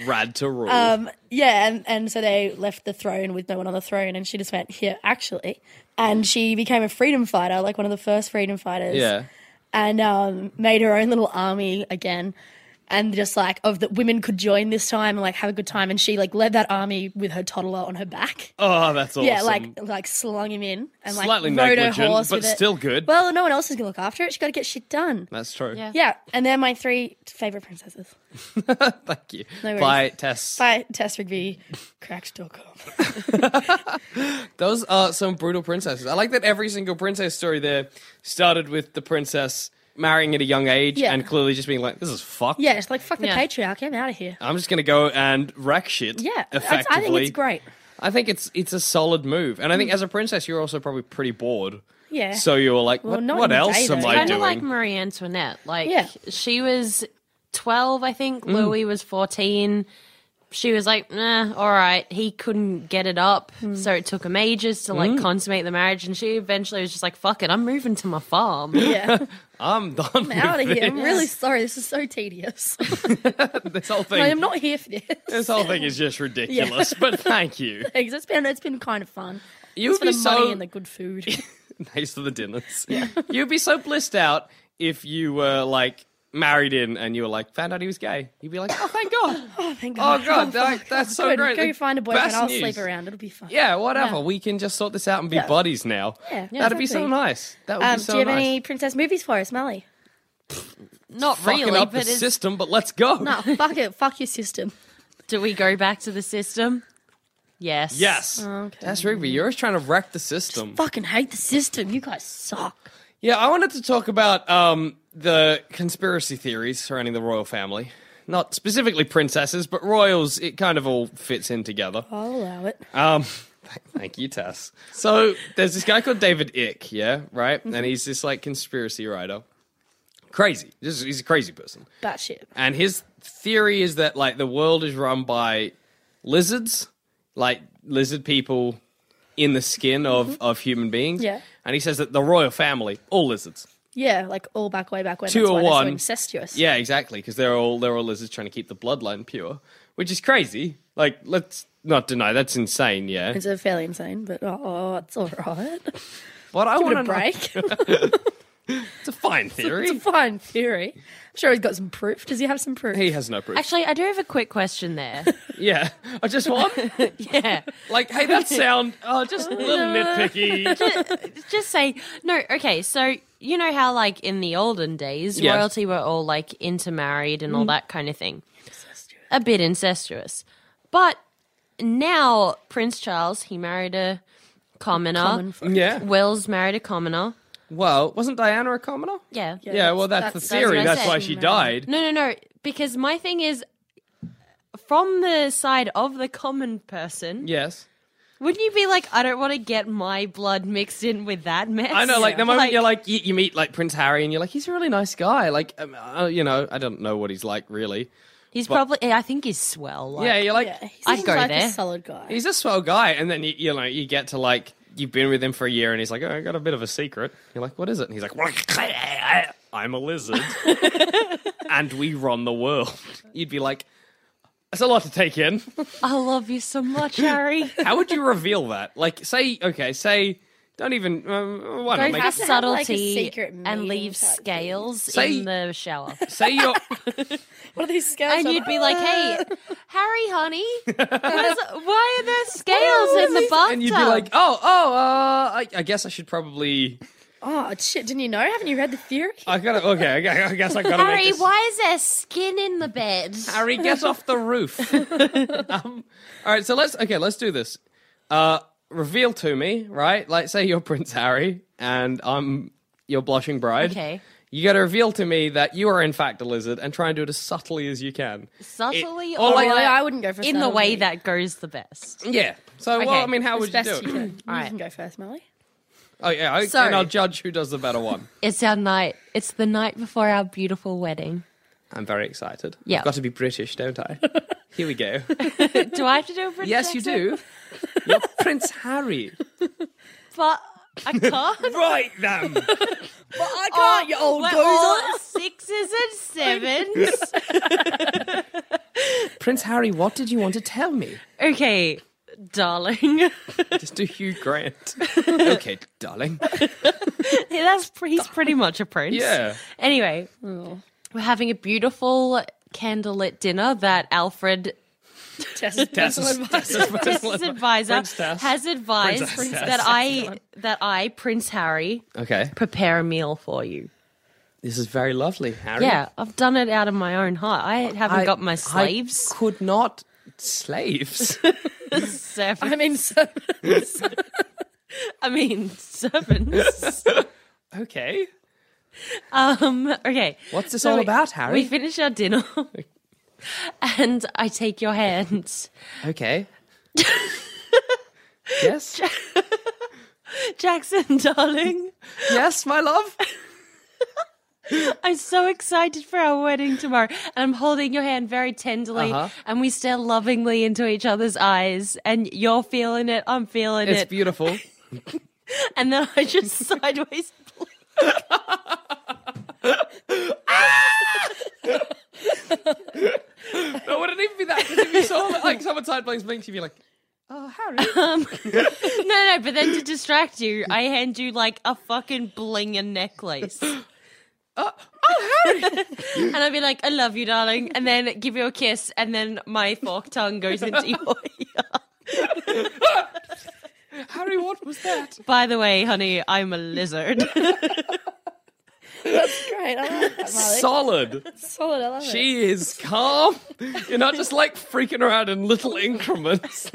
S4: Rad to rule.
S6: Um, yeah, and, and so they left the throne with no one on the throne, and she just went, "Here, actually." And she became a freedom fighter, like one of the first freedom fighters.
S4: yeah.
S6: and um, made her own little army again. And just like of the women could join this time and like have a good time, and she like led that army with her toddler on her back.
S4: Oh, that's awesome.
S6: Yeah, like like slung him in and like
S4: Slightly
S6: rode her
S4: negligent,
S6: horse
S4: but
S6: with it.
S4: still good.
S6: Well, no one else is gonna look after it. She got to get shit done.
S4: that's true.
S5: Yeah.
S6: Yeah, and they're my three favorite princesses.
S4: Thank you.
S6: No worries.
S4: Bye, Tess.
S6: By Tess Rigby, cracked.com.
S4: Those are some brutal princesses. I like that every single princess story there started with the princess marrying at a young age
S6: Yeah.
S4: and clearly just being like, this is fucked.
S6: Yeah, it's like fuck the
S5: Yeah.
S6: patriarchy. I'm out of here.
S4: I'm just going to go and wreck shit.
S6: Yeah,
S4: Effectively.
S6: that's- I think it's great.
S4: I think it's it's a solid move, and I think as a princess, you're also probably pretty bored.
S6: Hmm. Yeah.
S4: So you were like,
S6: Well,
S4: what,
S6: not
S4: what
S6: in the
S4: else
S6: day,
S4: am
S6: though.
S4: I
S5: Kind
S4: doing?
S5: of like Marie Antoinette. Like
S6: Yeah. Mm.
S5: she was twelve, I think. Louis was fourteen. She was like, nah, all right. He couldn't get it up,
S6: Mm.
S5: so it took him ages to like consummate the marriage. And she eventually was just like, "Fuck it, I'm moving to my farm."
S6: Yeah,
S4: I'm done.
S6: I'm out of
S4: with
S6: here. I'm
S4: this.
S6: really sorry. This is so tedious.
S4: This whole thing.
S6: I am not here for this.
S4: This whole thing is just ridiculous. But thank you.
S6: Thanks. It's been it's been kind of fun.
S4: You
S6: It's
S4: would
S6: for the
S4: be so
S6: money and the good food.
S4: Thanks for the dinners. You'd be so blissed out if you were like married in and you were like found out he was gay. You'd be like, oh thank God.
S6: oh, thank
S4: God. God, Oh, that- fuck. that's so
S6: good.
S4: great.
S6: Go
S4: Like,
S6: find a boyfriend.
S4: best
S6: I'll
S4: news.
S6: sleep around. It'll be fun.
S4: yeah, whatever. We can just sort this out and be buddies now.
S6: Yeah,
S4: That'd
S6: yeah,
S4: be so
S6: exactly.
S4: nice. That would
S6: Um,
S4: be so
S6: do you have
S4: nice.
S6: any princess movies for us, Molly?
S5: Not
S4: Fucking
S5: really,
S4: up the
S5: but it's,
S4: system, but let's go.
S6: No, fuck it. Fuck your system.
S5: do we go back to the system? Yes.
S4: Yes.
S5: Oh,
S4: That's Rigby. You're always trying to wreck the system.
S6: Fucking hate the system. You guys suck.
S4: Yeah, I wanted to talk about um, the conspiracy theories surrounding the royal family. Not specifically princesses, but royals, it kind of all fits in together.
S6: I'll allow it.
S4: Um, th- thank you, Tess. So there's this guy called David Icke, yeah, right?
S5: Mm-hmm.
S4: And he's this like conspiracy writer. Crazy. This is, he's a crazy person.
S6: But shit.
S4: And his theory is that like the world is run by lizards, like lizard people in the skin of, of human beings.
S6: Mm-hmm. Yeah.
S4: And he says that the royal family, all lizards,
S6: Yeah, like all back way back when.
S4: Two
S6: That's why
S4: or
S6: they're
S4: one.
S6: So incestuous.
S4: Yeah, exactly. Because they're all they're all lizards trying to keep the bloodline pure, which is crazy. Like, let's not deny that's insane. Yeah.
S6: It's a fairly insane, but oh, it's all right.
S4: What I
S6: Give it
S4: wanna
S6: a
S4: know-
S6: break.
S4: it's a fine theory.
S6: It's a fine theory. I'm sure he's got some proof. Does he have some proof?
S4: He has no proof.
S5: Actually, I do have a quick question there.
S4: yeah. I just want.
S5: yeah.
S4: Like, hey, that sound. Oh, just a little nitpicky.
S5: just, just say no. Okay, so you know how like in the olden days,
S4: Yeah.
S5: royalty were all like intermarried and all
S4: Mm.
S5: that kind of thing. A bit incestuous, but now Prince Charles he married a commoner.
S4: Common folk. Yeah.
S5: Will's married a commoner.
S4: Well, wasn't Diana a commoner?
S5: Yeah.
S4: Yeah, Yeah, well, that's that's- the theory.
S5: what I
S4: That's why
S5: said.
S4: she died.
S5: No, no, no. Because my thing is, from the side of the common person,
S4: Yes.
S5: Wouldn't you be like, I don't want to get my blood mixed in with that mess?
S4: I know, like the moment you're like you, you meet like Prince Harry and you're like he's a really nice guy. Like um, uh, you know, I don't know what he's like really.
S5: he's
S4: But-
S5: probably, yeah, I think he's swell. Like,
S4: yeah. You're like
S5: I'd go there.
S6: guy.
S4: he's a swell guy, and then you, you know you get to like you've been with him for a year, and he's like, oh, I got a bit of a secret. You're like, what is it? And he's like, I'm a lizard, and we run the world. You'd be like, that's a lot to take in.
S5: I love you so much, Harry.
S4: How would you reveal that? Like, say, okay, say, don't even. Um, why not
S5: go
S4: make
S5: for
S4: it-
S5: subtlety
S6: secret
S5: and
S6: meeting
S5: leave scales
S4: Say-
S5: in the shower.
S4: Say you're
S6: What are these scales?
S5: And
S6: on?
S5: you'd be like, hey, Harry, honey, what is, why are there scales in the bathtub?
S4: And you'd be like, oh, oh, uh, I, I guess I should probably.
S6: oh shit! Didn't you know? Haven't you read the theory?
S4: I gotta. Okay, I, I guess I gotta
S5: Harry,
S4: "Oh, make this.
S5: why is there skin in the bed?
S4: Harry, get off the roof. um, all right, so let's. Okay, let's do this. Uh, reveal to me, right? Like, say you're Prince Harry and I'm your blushing bride.
S5: Okay.
S4: You gotta reveal to me that you are in fact a lizard and try and do it as subtly as you can.
S5: Subtly,
S4: It-
S5: or,
S4: or Oh, like-
S6: Well, I wouldn't go for
S5: in the way
S6: subtlety.
S5: that goes the best.
S4: Yeah. So, well,
S5: Okay.
S4: I mean, how
S6: As
S4: would you
S6: best
S4: do
S6: you
S4: it?
S6: can.
S5: All
S6: You can
S5: right.
S6: go first, Molly.
S4: Oh yeah, I,
S5: So-
S4: and I'll judge who does the better one.
S5: It's our night. It's the night before our beautiful wedding.
S4: I'm very excited.
S5: Yeah.
S4: I've got to be British, don't I? Here we go.
S5: do I have to do a British
S4: yes, you
S5: accent?
S4: do. You're Prince Harry.
S5: But I can't.
S4: Right then.
S6: I
S5: Oh,
S6: can't. You old
S5: we're
S6: gozer.
S5: all sixes and sevens.
S4: Prince Harry, what did you want to tell me?
S5: okay, darling.
S4: Just do Hugh Grant. okay, darling.
S5: Yeah, that's pre- he's pretty much a prince.
S4: Yeah.
S5: Anyway, we're having a beautiful candlelit dinner that Alfred
S6: Tessa's personal advice.
S5: Tessa's advisor
S4: Prince Tess.
S5: has advised
S4: Princess Tess.
S5: that I that I Prince Harry
S4: Okay.
S5: prepare a meal for you.
S4: This is very lovely, Harry.
S5: Yeah, I've done it out of my own heart. I haven't
S4: I-
S5: got my
S4: I
S5: slaves.
S4: could not. Slaves?
S5: Servants.
S6: I mean, so,
S5: I mean servants.
S4: okay.
S5: um. Okay.
S4: What's this
S5: So
S4: all
S5: we-
S4: about, Harry?
S5: We finish our dinner, and I take your hands.
S4: okay. yes?
S5: Jackson, darling,
S4: Yes, my love?
S5: I'm so excited for our wedding tomorrow. And I'm holding your hand very tenderly,
S4: Uh-huh.
S5: and we stare lovingly into each other's eyes. And you're feeling it, I'm feeling
S4: It's
S5: it.
S4: beautiful.
S5: and then I just sideways.
S4: No, it wouldn't even be that. 'cause if you saw like someone sideways blinks, you'd be like, "Oh, Harry."
S5: Um, no, no, but then to distract you, I hand you like a fucking blinger necklace. and I'd be like, I love you, darling. And then give you a kiss, and then my fork tongue goes into your ear.
S4: Harry, what was that?
S5: By the way, honey, I'm a lizard.
S6: great. I like that, Molly.
S4: Solid.
S6: Solid. I love it.
S4: She is calm. You're not just like freaking around in little increments.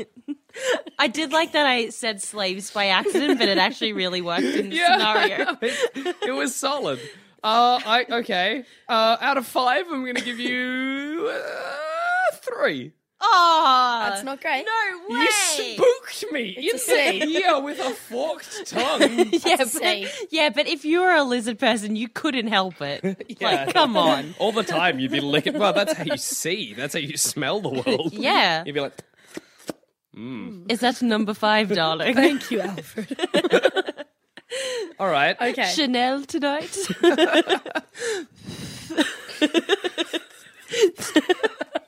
S5: I did like that I said slaves by accident, but it actually really worked in the scenario.
S4: It, it was solid. Uh, I okay. Uh, out of five, I'm gonna give you uh, three.
S5: Oh,
S6: That's not great.
S5: no way.
S4: You spooked me. you
S6: It's a
S4: said
S6: C.
S4: yeah with a forked tongue.
S5: yeah,
S6: That's safe.
S5: but, yeah, but if you were a lizard person, you couldn't help it.
S4: Yeah.
S5: Like, come on.
S4: All the time, you'd be licking. Well, that's how you see. That's how you smell the world.
S5: Yeah.
S4: You'd be like,
S5: Is that number five, darling?
S6: Thank you, Alfred.
S4: All right.
S6: Okay.
S5: Chanel tonight.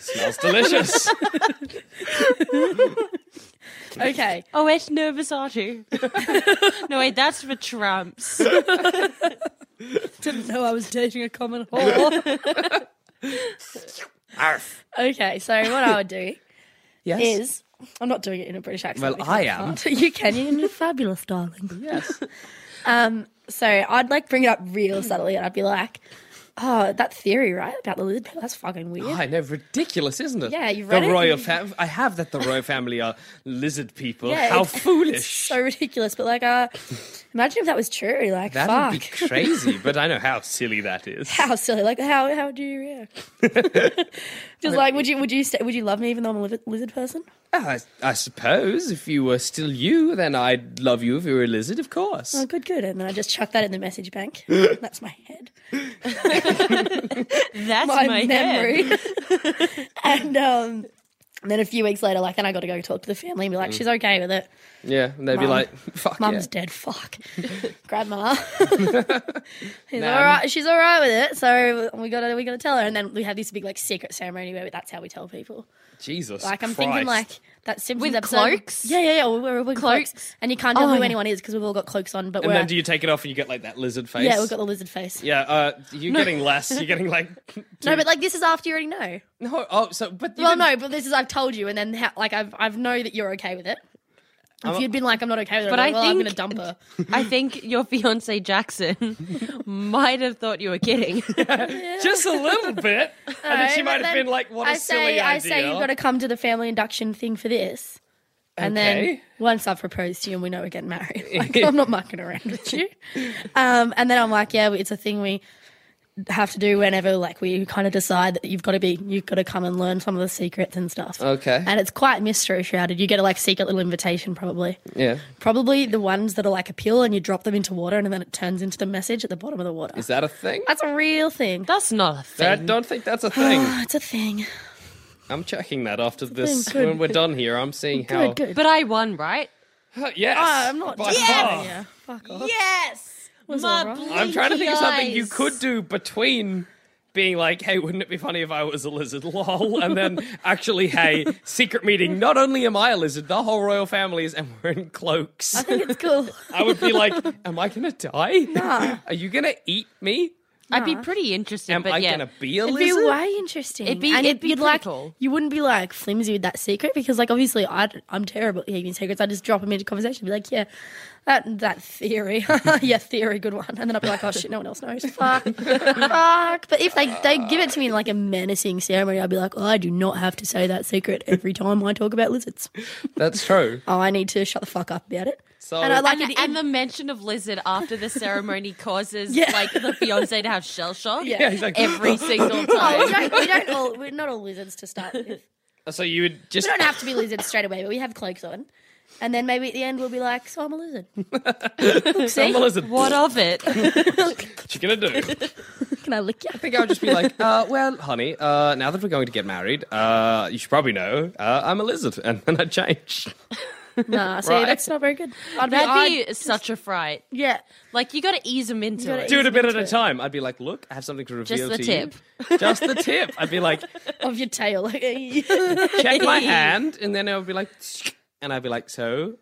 S4: Smells delicious.
S6: okay.
S5: Oh wait, no Versace. no wait, that's for tramps.
S6: Didn't know I was dating a common whore.
S8: Arf.
S6: okay, so what I would do
S4: Yes.
S6: is I'm not doing it in a British accent.
S4: Well,
S6: because
S4: I am.
S6: can't. You can. You're fabulous, darling. Yes. um. So I'd like bring it up real subtly, and I'd be like, "Oh, that theory, right, about the lizard people? That's fucking weird."
S4: Oh, I know, ridiculous, isn't it?
S6: Yeah, you've
S4: the
S6: read it?
S4: royal fam- I have that the royal family are lizard people.
S6: Yeah,
S4: How
S6: it's- It's
S4: foolish!
S6: so ridiculous, but like, uh, imagine if that was true. Like,
S4: That
S6: fuck,
S4: would be crazy, but I know how silly that is.
S6: how silly! Like, how how do you react? Just like, would you would you st- would you love me even though I'm a li- lizard person?
S4: I, I suppose if you were still you, then I'd love you if you were a lizard, of course.
S6: Oh, good, good. And then I just chuck that in the message bank. That's my head.
S5: That's
S6: my,
S5: my
S6: memory.
S5: head.
S6: and um, and then a few weeks later, like, then I got to go talk to the family and be like,
S4: Mm.
S6: she's okay with it.
S4: Yeah, and they'd be
S6: Mum.
S4: like, "Fuck
S6: Mum's
S4: yeah.
S6: dead. Fuck. Grandma. she's
S4: Nan.
S6: all right. She's all right with it. So we got to we got to tell her. And then we have this big like secret ceremony where that's how we tell people.
S4: Jesus,
S6: Like I'm thinking
S4: Christ.
S6: like that Simpsons
S5: With
S6: episode.
S5: cloaks?
S6: Yeah, yeah, yeah. We're, all with cloaks. and you can't tell
S5: Oh,
S6: who
S5: yeah.
S6: anyone is because we've all got cloaks on. But
S4: and
S6: we're
S4: then do you take it off and you get like that lizard face?
S6: yeah, we've got the lizard face.
S4: Yeah, uh, you're getting less. You're getting like
S6: No, but like this is after you already know.
S4: no. Oh, so but you
S6: Well,
S4: didn't-
S6: no, but this is I've told you, and then how, like I've I've know that you're okay with it. If
S5: I'm-
S6: you'd been like, I'm not okay with it,
S5: But
S6: I'm like,
S5: I
S6: well, I'm
S5: think-
S6: gonna dump her.
S5: I think your fiance Jackson might have thought you were kidding.
S4: just a little bit. and then she might
S6: Alright, but
S4: have
S6: then
S4: been like, "What a
S6: I say,
S4: silly idea!"
S6: I say you've got to come to the family induction thing for this. And then
S4: Okay.
S6: once I've proposed to you and we know we're getting married, like, I'm not mucking around with you. Um, and then I'm like, yeah, it's a thing we have to do whenever, like, we kind of decide that you've got to be, you've got to come and learn some of the secrets and stuff.
S4: Okay.
S6: And it's quite mystery shrouded. You get a like secret little invitation, probably.
S4: yeah.
S6: Probably the ones that are like a pill and you drop them into water and then it turns into the message at the bottom of the water.
S4: Is that a thing?
S6: That's a real thing.
S5: That's not a thing.
S4: I don't think that's a thing.
S6: it's a thing.
S4: I'm checking that after this.
S6: good.
S4: When we're done here, I'm seeing how.
S6: Good, good.
S5: But I won, right?
S4: Yes.
S6: Ah, I'm not.
S4: By
S6: doing
S4: far.
S6: that. Yeah, fuck off.
S5: Yes.
S6: all
S5: My
S6: right.
S4: I'm trying to think of something you
S5: eyes.
S4: could do between being like, hey, wouldn't it be funny if I was a lizard? Lol. And then actually, hey, secret meeting. Not only am I a lizard, the whole royal family is, and we're in cloaks.
S6: I think it's cool.
S4: I would be like, am I going to die? Are you going to eat me?
S5: I'd be pretty interested,
S4: Am
S5: but
S4: I
S5: yeah.
S4: going to be a
S6: It'd be
S4: lizard?
S6: way interesting.
S5: It'd be-
S6: And
S5: it'd be
S6: you'd
S5: pretty
S6: like,
S5: cool.
S6: You wouldn't be like flimsy with that secret because, like, obviously, I, I'm terrible at keeping secrets. I just drop them into conversation. Be like, yeah, that that theory, yeah, theory, good one. And then I'd be like, oh shit, no one else knows. Fuck, fuck. But if they they give it to me in like a menacing ceremony, I'd be like, oh, I do not have to say that secret every time I talk about lizards.
S4: That's true.
S6: Oh, I need to shut the fuck up about it.
S4: So,
S6: And I like
S5: and,
S6: it.
S5: and the mention of lizard after the ceremony causes
S6: Yeah.
S5: like the fiance to have shell shock
S6: Yeah.
S4: yeah, he's like,
S5: every single time.
S6: Oh, we don't, we don't all, we're not all lizards to start with.
S4: so you would just.
S6: We don't have to be lizards straight away, but we have cloaks on. And then maybe at the end we'll be like, so I'm a lizard.
S4: I'm a lizard.
S5: What of it?
S4: What you going to do?
S6: Can I lick you?
S4: I think I would just be like, uh, well, honey, uh, now that we're going to get married, uh, you should probably know uh, I'm a lizard, and then I change.
S6: Nah, see,
S4: Right.
S6: that's not very good. I'd be,
S5: That'd
S6: I'd,
S5: be such a fright.
S6: yeah.
S5: Like you got to ease them into
S6: gotta
S5: it.
S4: Do it a bit at a time. I'd be like, look, I have something to reveal
S5: Just the
S4: to
S5: tip.
S4: you. Just the tip. I'd be like,
S6: Of your tail. Like,
S4: check my hand, and then I would be like, and I'd be like, so,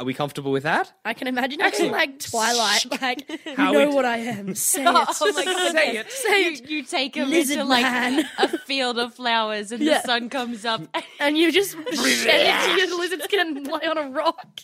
S4: are we comfortable with that?
S6: I can imagine you in like Twilight. Like,
S4: How
S6: you know
S4: would-
S6: what I am. Say it.
S5: Oh my god!
S4: Say it.
S5: Say you, you take him
S6: Lizard
S5: into like
S6: man.
S4: uh,
S5: a field of flowers, and
S6: Yeah.
S5: the sun comes up.
S6: And you just shed it to your lizard skin and lay on a rock.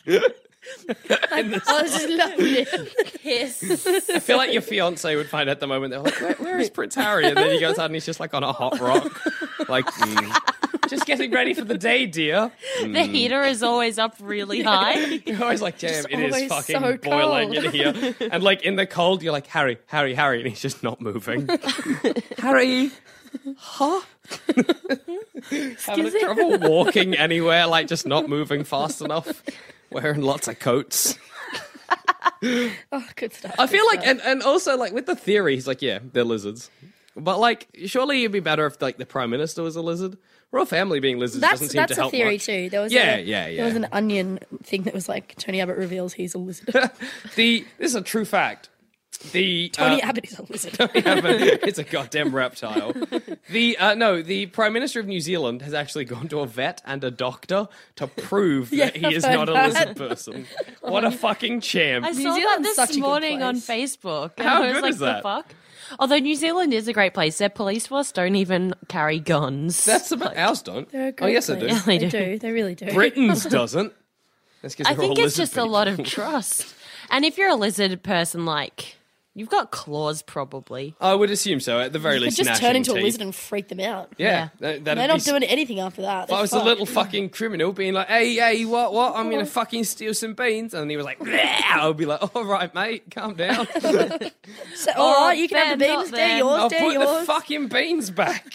S6: I just loved it.
S5: Hiss.
S4: I feel like your fiance would find out the moment they're like, where, where is Prince Harry? And then he goes out and he's just like on a hot rock, like. mm, Just getting ready for the day, dear.
S5: the
S4: Mm.
S5: heater is always up really high.
S4: You're always like, damn,
S6: Just
S4: it is
S6: always
S4: fucking
S6: so
S4: boiling
S6: cold.
S4: in here. And like in the cold, you're like, Harry, Harry, Harry, and he's just not moving. Harry, huh? Having trouble walking anywhere, like just not moving fast enough. Wearing lots of coats.
S6: Oh, good stuff.
S4: I feel like, and, and also like with the theory, he's like, yeah, they're lizards. But like, surely it'd be better if like the prime minister was a lizard. Royal family being lizards doesn't
S6: That's
S4: seem
S6: that's
S4: to
S6: a
S4: help.
S6: theory
S4: much.
S6: too. There was
S4: yeah,
S6: a,
S4: yeah, yeah.
S6: There was an onion thing that was like Tony Abbott reveals he's a lizard.
S4: the this is a true fact. The
S6: Tony
S4: uh,
S6: Abbott is a lizard.
S4: Yeah, but it's a goddamn reptile. The uh, no, the Prime Minister of New Zealand has actually gone to a vet and a doctor to prove
S5: Yeah,
S4: that he
S5: I've
S4: is
S5: heard
S4: not a
S5: that. Oh.
S4: lizard person. What a fucking champ!
S5: I saw that this morning on Facebook. And
S4: How
S5: I was
S4: good
S5: like,
S4: is that?
S5: the fuck? Although New Zealand is a great place, their police force don't even carry guns.
S4: That's about ours don't.
S5: They're a
S4: oh
S5: great
S4: yes, they do.
S5: place. Yeah, they They do.
S6: They really do.
S4: Britain's doesn't. That's 'cause
S5: I
S4: they're
S5: think
S4: all
S5: it's
S4: lizard
S5: just a
S4: people.
S5: lot of trust. And if you're a lizard person, like you've got claws, probably.
S4: I would assume so. At the very
S6: You could
S4: least,
S6: just turn
S4: gnashing
S6: into a
S4: teeth.
S6: lizard and freak them out.
S4: Yeah, that, that'd
S6: They're
S4: be
S6: not
S4: s-
S6: doing anything after that.
S4: If I was a little fucking criminal being like, hey, hey, what, what? I'm going to fucking steal some beans. And he was like, I would be like, all right, mate, calm down.
S6: So, all
S5: Oh,
S6: right, you can have the
S5: they're
S6: beans.
S5: not
S6: They're
S5: them.
S6: yours.
S4: I'll
S6: they're
S4: put
S6: yours.
S4: the fucking beans back.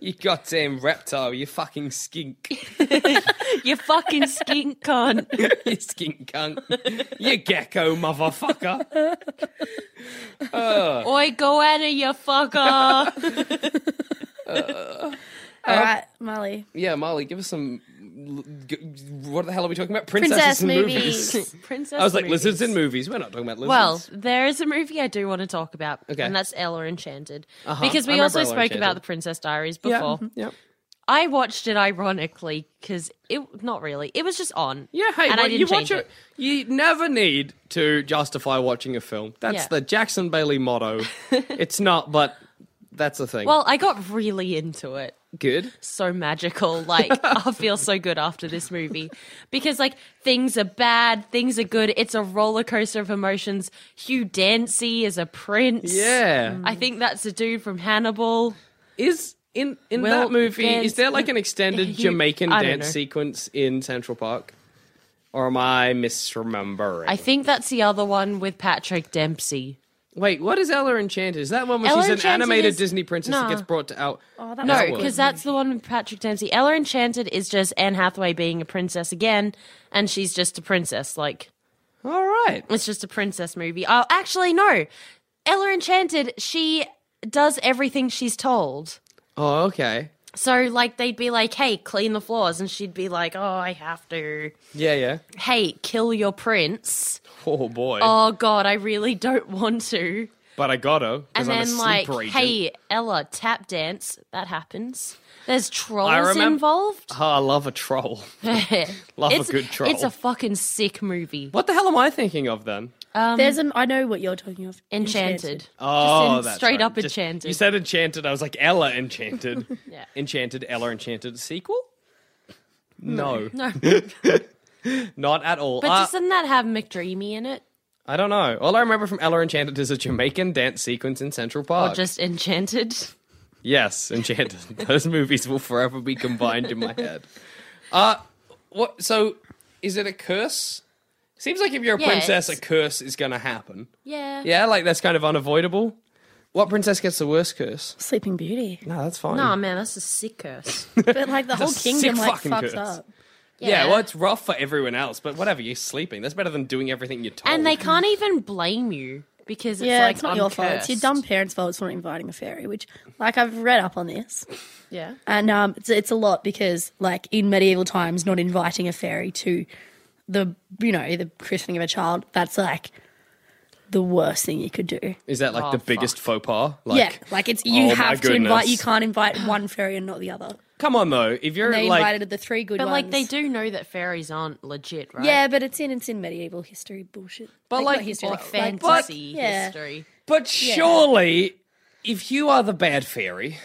S4: you goddamn reptile, you fucking skink.
S5: you fucking skink cunt.
S4: you skink cunt. You gecko motherfucker. Uh,
S5: Oi, go at it, you fucker.
S4: uh,
S6: All right, Molly.
S4: yeah, Marley, give us some. l- g- What the hell are we talking about?
S5: Princess
S4: Princesses in movies.
S5: movies. Princess
S4: I was like,
S5: movies.
S4: lizards in movies. We're not talking about lizards.
S5: Well, there is a movie I do want to talk about,
S4: Okay.
S5: and that's Ella Enchanted.
S4: Uh-huh.
S5: Because
S4: I
S5: we
S4: remember
S5: also
S4: Ella
S5: spoke
S4: Enchanted.
S5: about the Princess Diaries
S4: Yeah,
S5: before.
S4: mhm, yeah.
S5: I watched it ironically because it not really. It was just on.
S4: Yeah, hey,
S5: and
S4: well,
S5: I didn't
S4: you
S5: change
S4: watch it. You never need to justify watching a film. That's
S5: Yeah.
S4: the Jackson Bailey motto. it's not, but that's the thing.
S5: Well, I got really into it.
S4: good.
S5: So magical. Like, I feel so good after this movie because, like, things are bad, things are good. It's a roller coaster of emotions. Hugh Dancy is a prince.
S4: Yeah.
S5: I think that's a dude from Hannibal.
S4: Is in In
S5: Well,
S4: that movie,
S5: dance-
S4: is there like an extended
S5: He-
S4: Jamaican
S5: I don't
S4: dance
S5: know.
S4: sequence in Central Park? Or am I misremembering?
S5: I think that's the other one with Patrick Dempsey.
S4: Wait, what is Ella Enchanted? Is that one where
S5: Ella
S4: she's an
S5: Enchanted
S4: animated
S5: is-
S4: Disney princess
S5: Nah.
S4: that gets brought to out?
S6: Oh,
S5: No, because that's the one with Patrick Dempsey. Ella Enchanted is just Anne Hathaway being a princess again, and she's just a princess. Like,
S4: all right,
S5: it's just a princess movie. Oh, actually, no. Ella Enchanted, she does everything she's told.
S4: Oh, okay.
S5: So, like, they'd be like, "Hey, clean the floors," and she'd be like, "Oh, I have to."
S4: Yeah, yeah.
S5: Hey, kill your prince.
S4: Oh, boy.
S5: Oh God, I really don't want to.
S4: but I gotta. 'cause
S5: And
S4: I'm a
S5: then, like,
S4: sleeper agent.
S5: hey, Ella, tap dance. That happens. There's trolls
S4: I remember-
S5: involved.
S4: Oh, I love a troll. Love a
S5: it's,
S4: good troll.
S5: It's a fucking sick movie.
S4: What the hell am I thinking of then?
S5: Um,
S6: There's an. I know what you're talking of.
S5: Enchanted.
S4: Oh,
S5: in-
S4: that's
S5: straight
S4: right.
S5: up
S4: Just-
S5: Enchanted.
S4: You said enchanted. I was like Ella enchanted.
S5: Yeah.
S4: Enchanted Ella enchanted sequel? No.
S5: No.
S4: Not at all.
S5: But
S4: Uh,
S5: doesn't that have McDreamy in it?
S4: I don't know. All I remember from Ella Enchanted is a Jamaican dance sequence in Central Park.
S5: Or just Enchanted?
S4: Yes, Enchanted. Those movies will forever be combined in my head. Uh what so is it a curse? Seems like if you're a
S5: Yeah,
S4: princess a
S5: it's-
S4: curse is going to happen.
S5: Yeah.
S4: Yeah, like that's kind of unavoidable. What princess gets the worst curse?
S6: Sleeping Beauty.
S4: No, that's fine.
S5: No, man, that's a sick curse.
S6: But like the
S4: It's a
S6: whole
S4: sick
S6: kingdom like
S4: fucking curse.
S6: fucks up.
S4: yeah. well, it's rough for everyone else, but whatever. You're sleeping. That's better than doing everything you're told.
S5: and they can't even blame you because it's
S6: yeah,
S5: like
S6: it's not
S5: I'm
S6: your fault. It's your
S5: cursed.
S6: dumb parents' fault for not inviting a fairy. Which, like, I've read up on this,
S5: Yeah.
S6: and um, it's, it's a lot because, like, in medieval times, not inviting a fairy to the you know the christening of a child that's like the worst thing you could do.
S4: Is that like
S6: Oh,
S4: the biggest faux pas?
S6: yeah,
S4: Like,
S6: like it's you
S4: Oh, my
S6: have to invite.
S4: goodness.
S6: You can't invite one fairy and not the other.
S4: Come on though. If you're
S6: they
S4: like,
S6: invited the three good
S5: But
S6: ones.
S5: like they do know that fairies aren't legit, right?
S6: Yeah, but it's in it's in medieval history bullshit.
S4: But,
S6: not
S4: like,
S6: history,
S4: like,
S6: like,
S5: fantasy
S6: but- yeah.
S5: history.
S4: but
S6: Yeah.
S4: surely, if you are the bad fairy,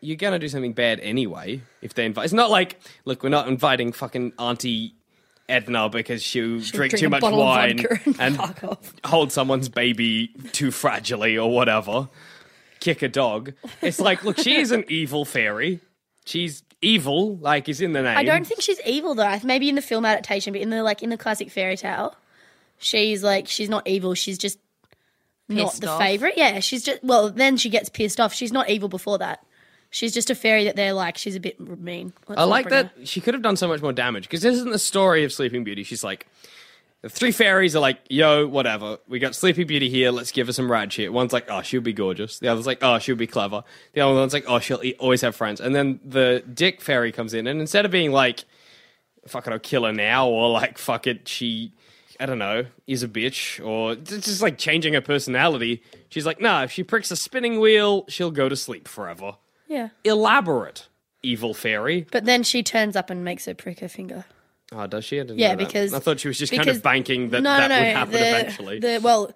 S4: you're gonna do something bad anyway. If they invite, it's not like, look, we're not inviting fucking Auntie Edna because she'll,
S6: She'll
S4: drink,
S6: drink
S4: too
S6: a
S4: much
S6: bottle of
S4: wine
S6: vodka and fuck off.
S4: hold someone's baby too fragilely or whatever, kick a dog. It's like, look, she is an evil fairy. She's evil, like is in the name.
S6: I don't think she's evil though. I th- Maybe in the film adaptation, but in the like in the classic fairy tale, she's like she's not evil. She's just not
S5: Pissed
S6: the
S5: off.
S6: favorite. Yeah, she's just well. Then she gets pissed off. She's not evil before that. She's just a fairy that they're like she's a bit mean. Let's
S4: I
S6: not
S4: like
S6: bring her.
S4: that she could have done so much more damage because this isn't the story of Sleeping Beauty. She's like, The three fairies are like, yo, whatever. We got Sleepy Beauty here. Let's give her some ride share. One's like, oh, she'll be gorgeous. The other's like, oh, she'll be clever. The other one's like, oh, she'll e- always have friends. And then the dick fairy comes in, and instead of being like, fuck it, I'll kill her now, or like, fuck it, she, I don't know, is a bitch, or j- just like changing her personality, she's like, nah, if she pricks a spinning wheel, she'll go to sleep forever.
S6: Yeah.
S4: Elaborate, evil fairy.
S6: But then she turns up and makes her prick her finger.
S4: Oh, does she? I didn't
S6: Yeah,
S4: know that.
S6: because
S4: I thought she was just kind
S6: because-
S4: of banking that
S6: no,
S4: that
S6: no, no,
S4: would happen
S6: the-
S4: eventually.
S6: The, well,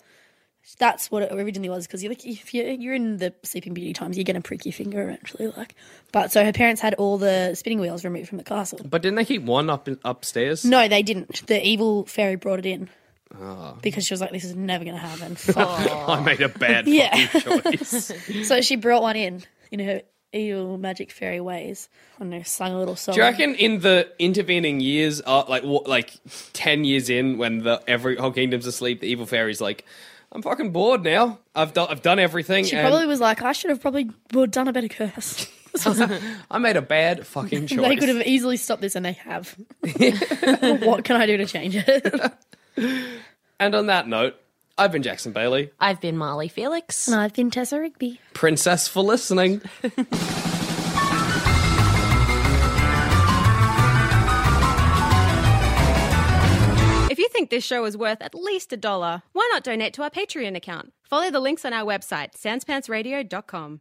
S6: that's what it originally was because you're like if you're, you're in the Sleeping Beauty times, you're gonna prick your finger eventually. Like, but so her parents had all the spinning wheels removed from the castle.
S4: But didn't they keep one up in, upstairs?
S6: No, they didn't. The evil fairy brought it in
S4: Oh.
S6: because she was like, "This is never gonna happen." Fuck.
S4: I made a bad
S6: Yeah.
S4: fucking choice.
S6: so she brought one in in her evil magic fairy ways. I don't know, sung a little song.
S4: Do you reckon in the intervening years, uh, like what, like ten years in, when the every whole kingdom's asleep, the evil fairy's like, "I'm fucking bored now. I've done, I've done everything.
S6: She
S4: and
S6: probably was like, "I should have probably well, done a better curse."
S4: I made a bad fucking choice."
S6: They could have easily stopped this, and they have. what can I do to change it?
S4: And on that note, I've been Jackson Bailey,
S5: I've been Marley Felix.
S6: I've been Tessa Rigby.
S4: princess for listening.
S9: If you think this show is worth at least a dollar, why not donate to our Patreon account? Follow the links on our website, sanspantsradio.com.